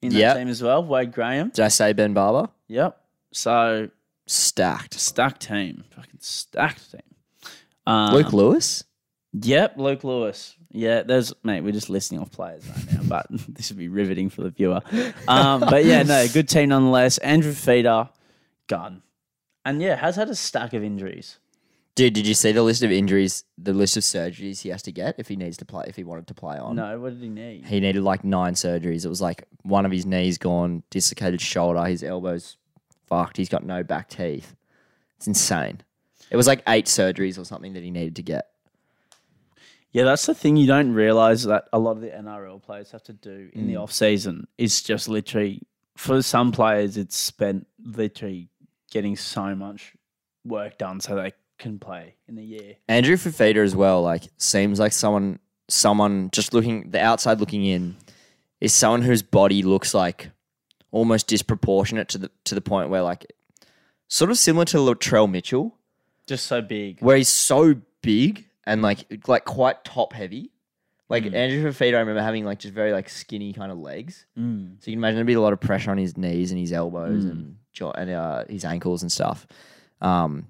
Speaker 1: in that
Speaker 2: Yep.
Speaker 1: team as well. Wade Graham.
Speaker 2: Did I say Ben Barber?
Speaker 1: Yep. So
Speaker 2: Stacked.
Speaker 1: stacked team, fucking stacked team. Um,
Speaker 2: Luke Lewis.
Speaker 1: Yep, Luke Lewis. Yeah, there's mate. We're just listing off players right now, [LAUGHS] but this would be riveting for the viewer. Um, but yeah, [LAUGHS] no, good team nonetheless. Andrew Feeder, gun, and yeah, has had a stack of injuries.
Speaker 2: Dude, did you see the list of injuries, the list of surgeries he has to get if he needs to play, if he wanted to play on?
Speaker 1: No, what did he need?
Speaker 2: He needed like nine surgeries. It was like one of his knees gone, dislocated shoulder, his elbows fucked. He's got no back teeth. It's insane. It was like eight surgeries or something that he needed to get.
Speaker 1: Yeah, that's the thing you don't realize that a lot of the NRL players have to do in the off season is just literally for some players it's spent literally getting so much work done so they can play in the year.
Speaker 2: Andrew Fafita as well, like seems like someone someone just looking the outside looking in is someone whose body looks like almost disproportionate to the to the point where like sort of similar to Latrell Mitchell,
Speaker 1: Just so big.
Speaker 2: where he's so big and like like quite top heavy. Like Andrew Fafita, I remember having like just very like skinny kind of legs.
Speaker 1: Mm.
Speaker 2: So you can imagine there'd be a lot of pressure on his knees and his elbows and jo- and uh, his ankles and stuff. Um,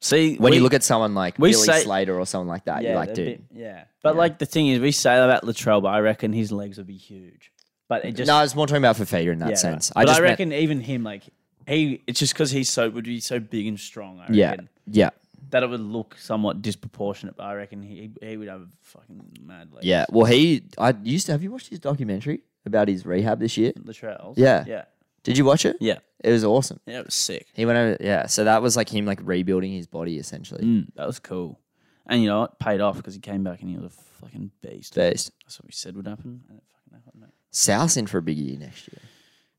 Speaker 1: See
Speaker 2: when
Speaker 1: we-
Speaker 2: you look at someone like
Speaker 1: we
Speaker 2: Billy
Speaker 1: say-
Speaker 2: Slater or someone like that, you're like,
Speaker 1: they're a
Speaker 2: dude,
Speaker 1: bit- yeah. But like the thing is we say that about Latrell, but I reckon his legs would be huge. But it just
Speaker 2: no, I was more talking about Fafita in that
Speaker 1: yeah,
Speaker 2: sense.
Speaker 1: Right. But I,
Speaker 2: just meant-
Speaker 1: reckon even him like he it's just because he's so would be so big and strong, I
Speaker 2: yeah,
Speaker 1: reckon.
Speaker 2: yeah,
Speaker 1: that it would look somewhat disproportionate, but I reckon he he would have a fucking mad legs.
Speaker 2: yeah. Well, he, I used to have you watched his documentary about his rehab this year?
Speaker 1: Latrells.
Speaker 2: Yeah.
Speaker 1: Yeah.
Speaker 2: Did you watch it?
Speaker 1: Yeah.
Speaker 2: It was awesome.
Speaker 1: Yeah, it was sick.
Speaker 2: He went over, yeah. So that was like him like rebuilding his body essentially.
Speaker 1: Hmm, That was cool. And you know what? Paid off because he came back and he was a fucking beast.
Speaker 2: Based.
Speaker 1: That's what we said would happen. And it fucking happened, mate.
Speaker 2: South's in for a big year next year.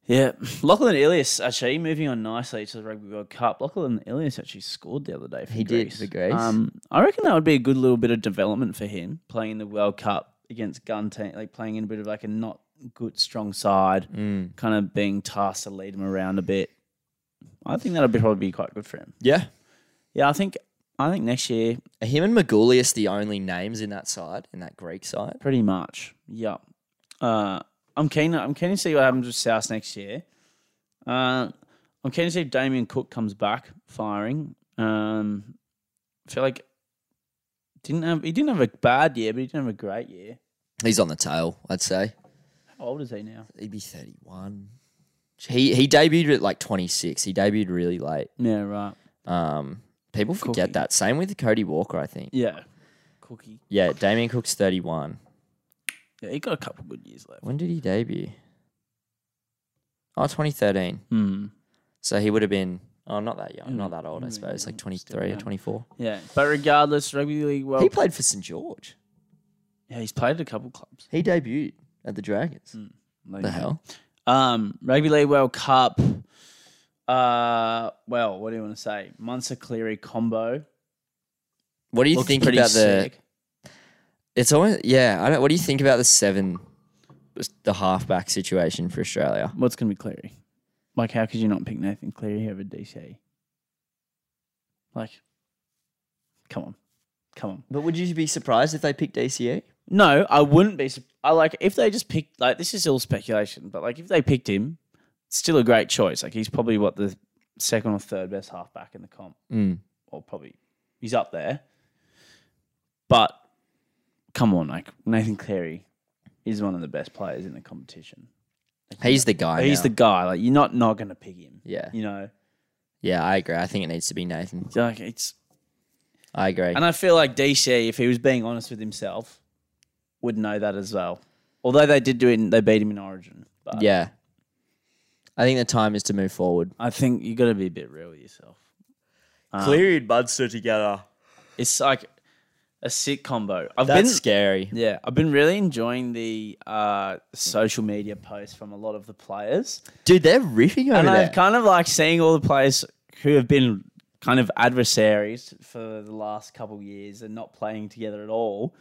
Speaker 1: Yeah. Lachlan Ilias, actually, moving on nicely to the Rugby World Cup. Lachlan Ilias actually scored the other day for
Speaker 2: He did
Speaker 1: Greece.
Speaker 2: for Greece.
Speaker 1: Um, I reckon that would be a good little bit of development for him playing in the World Cup against gun team, like playing in a bit of like a not good, strong side.
Speaker 2: Mm.
Speaker 1: kind of being tasked to lead him around a bit. I think that'll be probably be quite good for him.
Speaker 2: Yeah.
Speaker 1: Yeah, I think I think next year
Speaker 2: Him and Magoulias the only names in that side, in that Greek side.
Speaker 1: pretty much. Yeah, uh, I'm keen. I'm keen to see what happens with South next year. Uh, I'm keen to see if Damien Cook comes back firing. Um, I feel like didn't have he didn't have a bad year, but he didn't have a great year.
Speaker 2: He's on the tail, I'd say.
Speaker 1: How old is he now?
Speaker 2: He'd be 31. He he debuted at like 26. He debuted really late.
Speaker 1: Yeah, right.
Speaker 2: Um, people forget
Speaker 1: Cookie.
Speaker 2: that. Same with Cody Walker, I think.
Speaker 1: Yeah, Cookie.
Speaker 2: Yeah, Damien Cook's 31.
Speaker 1: Yeah, he got a couple good years left.
Speaker 2: When did he debut? Oh, 2013.
Speaker 1: Hmm.
Speaker 2: So he would have been, oh, not that young, not that old, I
Speaker 1: yeah,
Speaker 2: suppose, like
Speaker 1: yeah,
Speaker 2: 23 or
Speaker 1: young.
Speaker 2: 24.
Speaker 1: Yeah, but regardless, rugby league. Well,
Speaker 2: He played for St. George.
Speaker 1: Yeah, he's played at a couple clubs.
Speaker 2: He debuted at the Dragons. The hell?
Speaker 1: Um, Rugby League World Cup. Uh, well, what do you want to say? Munster Cleary combo.
Speaker 2: What do you
Speaker 1: Looks
Speaker 2: think
Speaker 1: pretty
Speaker 2: about the.
Speaker 1: sick.
Speaker 2: It's almost, yeah, I don't, what do you think about the seven, the halfback situation for Australia?
Speaker 1: What's going to be Cleary? Like, how could you not pick Nathan Cleary over DC? Like, come on, come on.
Speaker 2: But would you be surprised if they picked E DCE?
Speaker 1: No, I wouldn't be. sup- I like if they just picked like this is all speculation, but like if they picked him, still a great choice. Like he's probably what the second or third best halfback in the comp.
Speaker 2: Mm.
Speaker 1: or probably he's up there. But come on, like Nathan Cleary is one of the best players in the competition.
Speaker 2: He's the guy.
Speaker 1: he's
Speaker 2: now.
Speaker 1: the guy. Like you're not not going to pick him.
Speaker 2: Yeah.
Speaker 1: You know,
Speaker 2: Yeah, I agree. I think it needs to be Nathan.
Speaker 1: like it's
Speaker 2: I agree.
Speaker 1: and I feel like DC, if he was being honest with himself, would know that as well. Although they did do it, they beat him in Origin. But
Speaker 2: yeah. I think the time is to move forward.
Speaker 1: I think you got to be a bit real with yourself.
Speaker 2: Ah.
Speaker 1: Um,
Speaker 2: and Munster together.
Speaker 1: it's like a sick combo. I've
Speaker 2: That's
Speaker 1: been
Speaker 2: scary.
Speaker 1: Yeah, I've been really enjoying the uh, social media posts from a lot of the players,
Speaker 2: Dude, they're riffing over
Speaker 1: and
Speaker 2: there.
Speaker 1: I've kind of like seeing all the players who have been kind of adversaries for the last couple years and not playing together at all.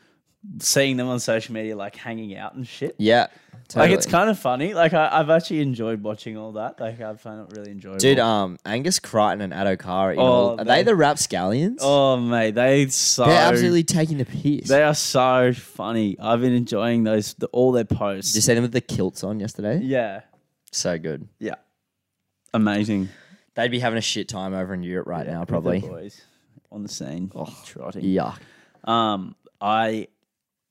Speaker 1: Seeing them on social media, like hanging out and shit.
Speaker 2: yeah.
Speaker 1: Like
Speaker 2: Totally.
Speaker 1: it's kind of funny. Like I, I've actually enjoyed watching all that. Like I found it really enjoyable.
Speaker 2: Dude, um, Angus Crichton and Adokara,
Speaker 1: Oh,
Speaker 2: oh, are they,
Speaker 1: they-
Speaker 2: the rap scallions?
Speaker 1: oh mate, they so
Speaker 2: they're absolutely taking the piss.
Speaker 1: they are so funny. I've been enjoying those the, all their posts.
Speaker 2: Did you see them with the kilts on yesterday?
Speaker 1: yeah,
Speaker 2: So good.
Speaker 1: yeah, amazing.
Speaker 2: They'd be having a shit time over in Europe right now,
Speaker 1: with the
Speaker 2: probably.
Speaker 1: boys on the scene trotting.
Speaker 2: Yuck.
Speaker 1: Um, I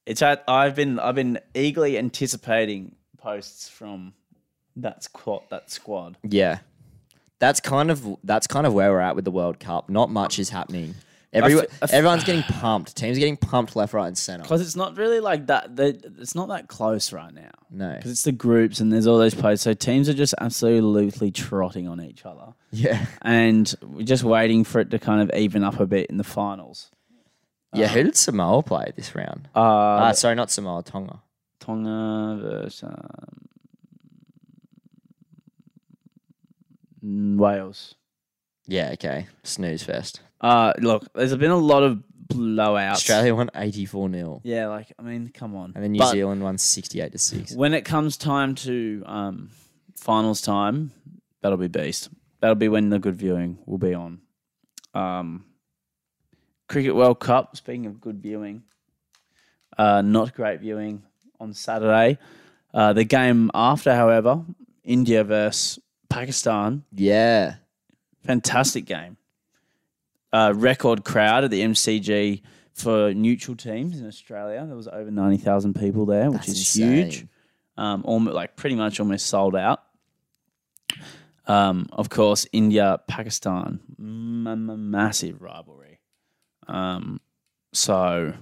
Speaker 1: it's at, I've been I've been eagerly anticipating posts from that squad that squad.
Speaker 2: Yeah. That's kind of that's kind of where we're at with the World Cup. Not much is happening. Every,
Speaker 1: I f- I f-
Speaker 2: everyone's getting pumped. Teams are getting pumped left, right, and center.
Speaker 1: because it's not really like that. They, it's not that close right now
Speaker 2: No.
Speaker 1: because it's the groups and there's all those players. So teams are just absolutely trotting on each other,
Speaker 2: [LAUGHS] Yeah.
Speaker 1: and we're just waiting for it to kind of even up a bit in the finals.
Speaker 2: Yeah. Who did Samoa play this round?
Speaker 1: Uh,
Speaker 2: Ah, sorry, not Samoa, Tonga.
Speaker 1: Tonga versus um, Wales.
Speaker 2: Yeah, okay. Snooze fest.
Speaker 1: Uh, look, there's been a lot of blowouts.
Speaker 2: Australia won 84 0.
Speaker 1: Yeah, like I mean, come on.
Speaker 2: And then New
Speaker 1: But
Speaker 2: Zealand won 68 to 6.
Speaker 1: When it comes time to um, finals time, that'll be beast. That'll be when the good viewing will be on. Um, Cricket World Cup. Speaking of good viewing, uh, not great viewing on Saturday. Uh, the game after, however, India versus Pakistan.
Speaker 2: Yeah.
Speaker 1: Fantastic game. Uh, record crowd at the MCG for neutral teams in Australia. There was over ninety thousand people there, which
Speaker 2: That's
Speaker 1: is
Speaker 2: insane.
Speaker 1: huge. Um, almost like pretty much almost sold out. Um, of course, India Pakistan, m- m- massive rivalry. Um, so.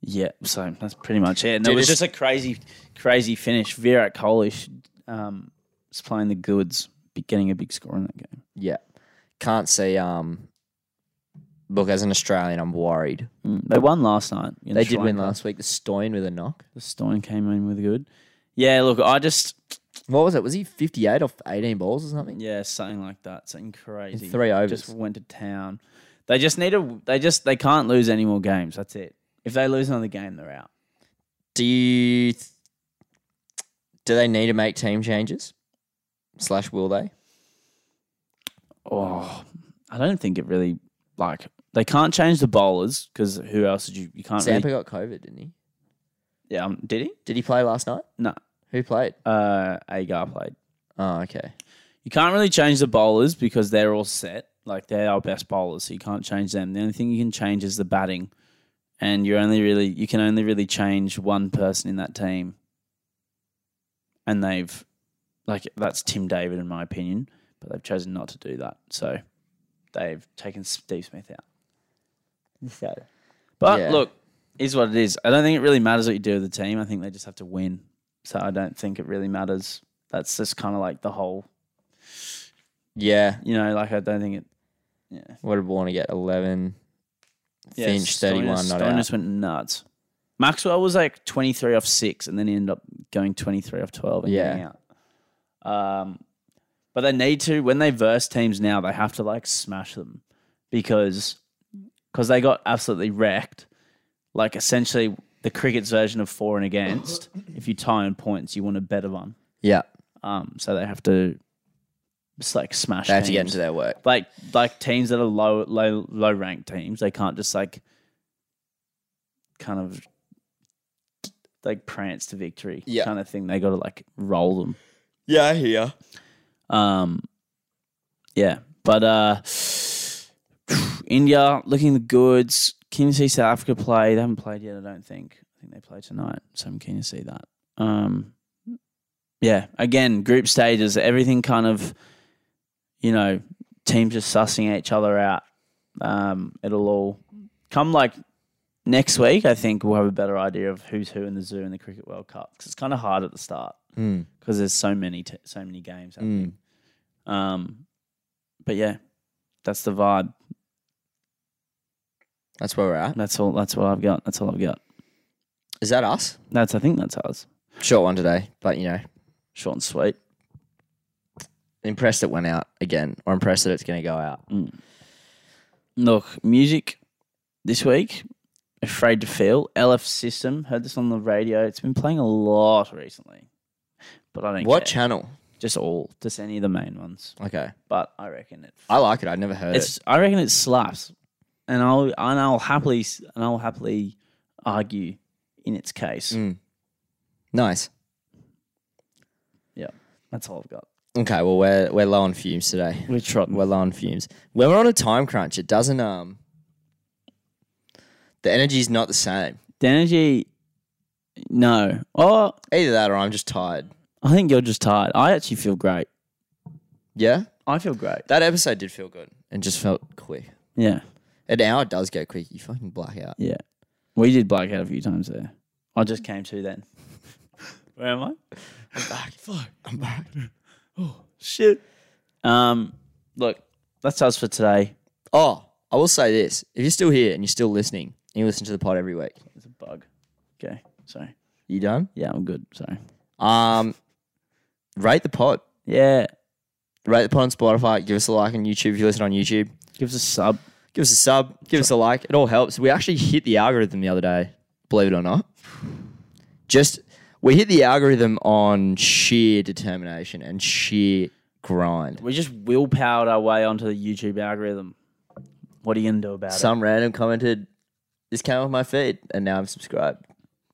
Speaker 1: Yeah, so that's pretty much it. And it
Speaker 2: Dude,
Speaker 1: was
Speaker 2: it's-
Speaker 1: just a crazy, crazy finish. Virat Kohli um, is playing the goods, be- getting a big score in that game.
Speaker 2: Yeah. Can't see. Um, look, as an Australian, I'm worried.
Speaker 1: They won last night.
Speaker 2: They did win last week. The Stoyan with a knock.
Speaker 1: The Stein came in with good. Yeah, look, I just
Speaker 2: What was it? Was he 58 off 18 balls or something?
Speaker 1: yeah, something like that, something crazy.
Speaker 2: three overs.
Speaker 1: Just went to town. They just need to. They just they can't lose any more games. That's it. If they lose another game, they're out.
Speaker 2: Do you. Th- do they need to make team changes? Slash, will they?
Speaker 1: Oh, I don't think it really like they can't change the bowlers because who else did you? You can't.
Speaker 2: Zampa
Speaker 1: Really,
Speaker 2: got COVID, didn't he?
Speaker 1: yeah, um, did he?
Speaker 2: Did he play last night?
Speaker 1: No.
Speaker 2: Who played?
Speaker 1: Uh, Agar played.
Speaker 2: Oh, okay.
Speaker 1: You can't really change the bowlers because they're all set. Like they're our best bowlers, so you can't change them. The only thing you can change is the batting, and you are only really you can only really change one person in that team, and they've like that's Tim David in my opinion, but they've chosen not to do that. So they've taken Steve Smith out. So, but
Speaker 2: Yeah.
Speaker 1: look, is what it is. I don't think it really matters what you do with the team. I think they just have to win. So I don't think it really matters. That's just kind of like the whole
Speaker 2: Yeah.
Speaker 1: you know, like I don't think it. Yeah,
Speaker 2: What did Warner get? 11. Finch, 31, not
Speaker 1: Stoner
Speaker 2: out.
Speaker 1: just went nuts. Maxwell was like twenty three off six, and then he ended up going twenty three off twelve and
Speaker 2: Yeah.
Speaker 1: getting out. Um, but they need to when they verse teams now, they have to like smash them because because they got absolutely wrecked. Like essentially the cricket's version of for and against. if you tie on points, you want a better one.
Speaker 2: Yeah.
Speaker 1: Um, so they have to just like smash.
Speaker 2: They have to get
Speaker 1: teams
Speaker 2: into their work.
Speaker 1: like like teams that are low low low ranked teams they can't just like kind of like prance to victory
Speaker 2: Yeah.
Speaker 1: kind of thing they got to like roll them
Speaker 2: Yeah, I hear.
Speaker 1: um yeah but uh India looking the goods keen to see South Africa play they haven't played yet I don't think I think they play tonight so I'm keen to see that um yeah again group stages everything kind of you know, teams just sussing each other out. Um, it'll all come like next week. I think we'll have a better idea of who's who in the zoo in the Cricket World Cup 'Cause it's kind of hard at the start
Speaker 2: Mm.
Speaker 1: because there's so many t- so many games.
Speaker 2: Mm.
Speaker 1: happening. Um, but yeah, that's the vibe.
Speaker 2: That's where we're at.
Speaker 1: That's all. That's what I've got. That's all I've got.
Speaker 2: Is that us?
Speaker 1: That's I think that's ours.
Speaker 2: Short one today, but you know,
Speaker 1: Short and sweet.
Speaker 2: impressed it went out again, or impressed that it's going to go out.
Speaker 1: Look, music this week. Afraid to feel. LF System. Heard this on the radio. It's been playing a lot recently, but I don't.
Speaker 2: What
Speaker 1: care.
Speaker 2: channel?
Speaker 1: just all, just any of the main ones.
Speaker 2: Okay,
Speaker 1: But I reckon it.
Speaker 2: I like it. I'd never heard
Speaker 1: It's I reckon it slaps, and I'll and I'll happily s- and I'll happily argue in its case.
Speaker 2: it. Mm. Nice.
Speaker 1: Yeah, that's all I've got.
Speaker 2: Okay, well we're we're low on fumes today.
Speaker 1: We're trotting.
Speaker 2: We're low on fumes. When we're on a time crunch, it doesn't um. The energy's not the same.
Speaker 1: the energy. No, oh,
Speaker 2: Either that, or I'm just tired.
Speaker 1: I think you're just tired. I actually feel great.
Speaker 2: Yeah,
Speaker 1: I feel great.
Speaker 2: that episode did feel good. and just felt quick.
Speaker 1: Yeah.
Speaker 2: An hour does go quick. You fucking black out.
Speaker 1: Yeah. We did blackout a few times there. I just came to then. [LAUGHS] Where am I?
Speaker 2: I'm back. Fuck. I'm back.
Speaker 1: Shit. Um, look, that's us for today.
Speaker 2: [LAUGHS] Oh, I will say this: if you're still here and you're still listening, and you listen to the pod every week,
Speaker 1: It's a bug. Okay. Sorry.
Speaker 2: you done?
Speaker 1: Yeah, I'm good. Sorry.
Speaker 2: Um, rate the pod.
Speaker 1: Yeah.
Speaker 2: Rate the pod on Spotify. Give us a like on YouTube if you listen on YouTube.
Speaker 1: Give us a sub.
Speaker 2: Give us a sub. Give us a like. It all helps. We actually hit the algorithm the other day. Believe it or not, just we hit the algorithm on sheer determination and sheer grind.
Speaker 1: We just willpowered our way onto the YouTube algorithm. What are you gonna do about
Speaker 2: Some random commented, "This came off my feed, and now I'm subscribed."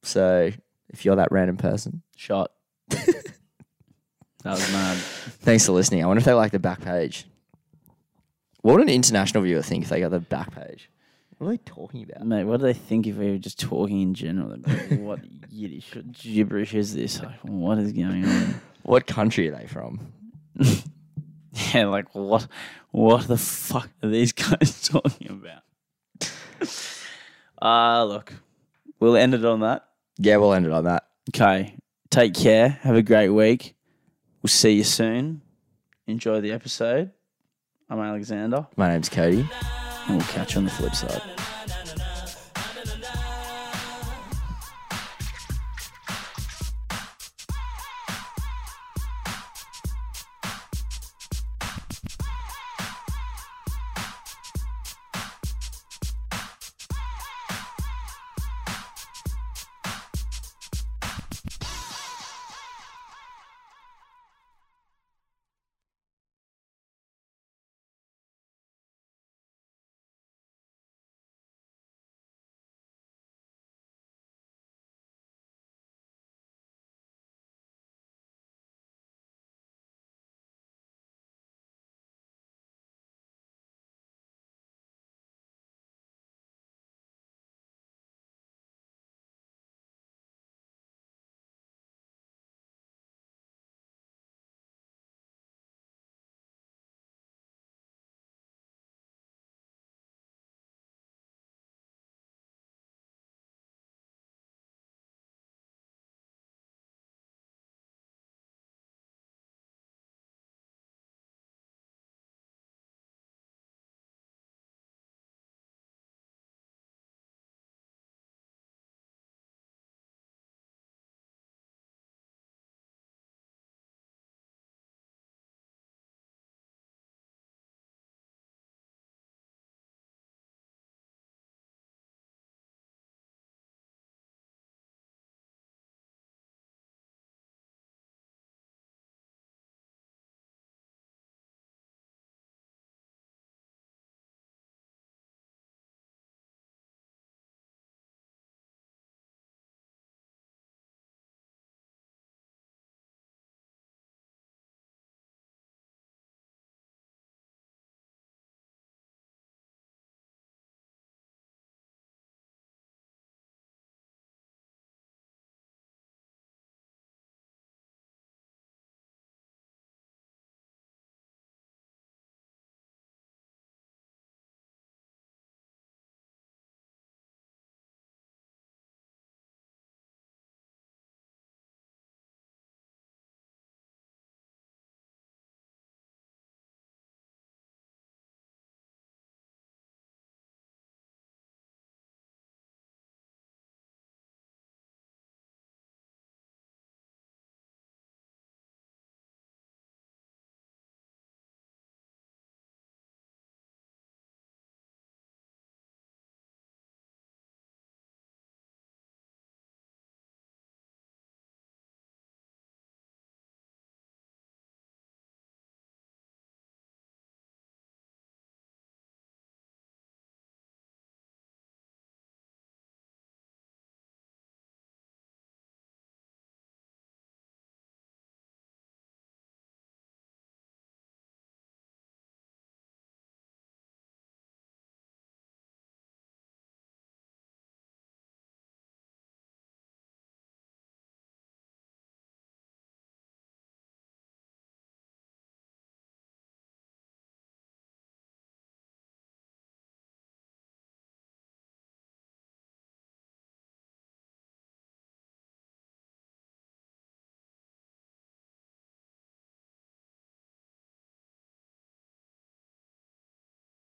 Speaker 2: So if you're that random person,
Speaker 1: it? Shot. [LAUGHS] that was mad.
Speaker 2: Thanks for listening. I wonder if they like the back page. What would an international viewer think if they got the back page? What are they talking about?
Speaker 1: Mate, what do they think if we were just talking in general? They'd be like, what Yiddish gibberish is this? Like, what is going on?
Speaker 2: What country are they from?
Speaker 1: Yeah, like what? What the fuck are these [LAUGHS] guys talking about? Ah, look, we'll end it on that.
Speaker 2: Yeah, we'll end it on that.
Speaker 1: Okay, take care. Have a great week. We'll see you soon. Enjoy the episode. I'm Alexander,
Speaker 2: My name's Cody.
Speaker 1: and we'll catch you on the flip side.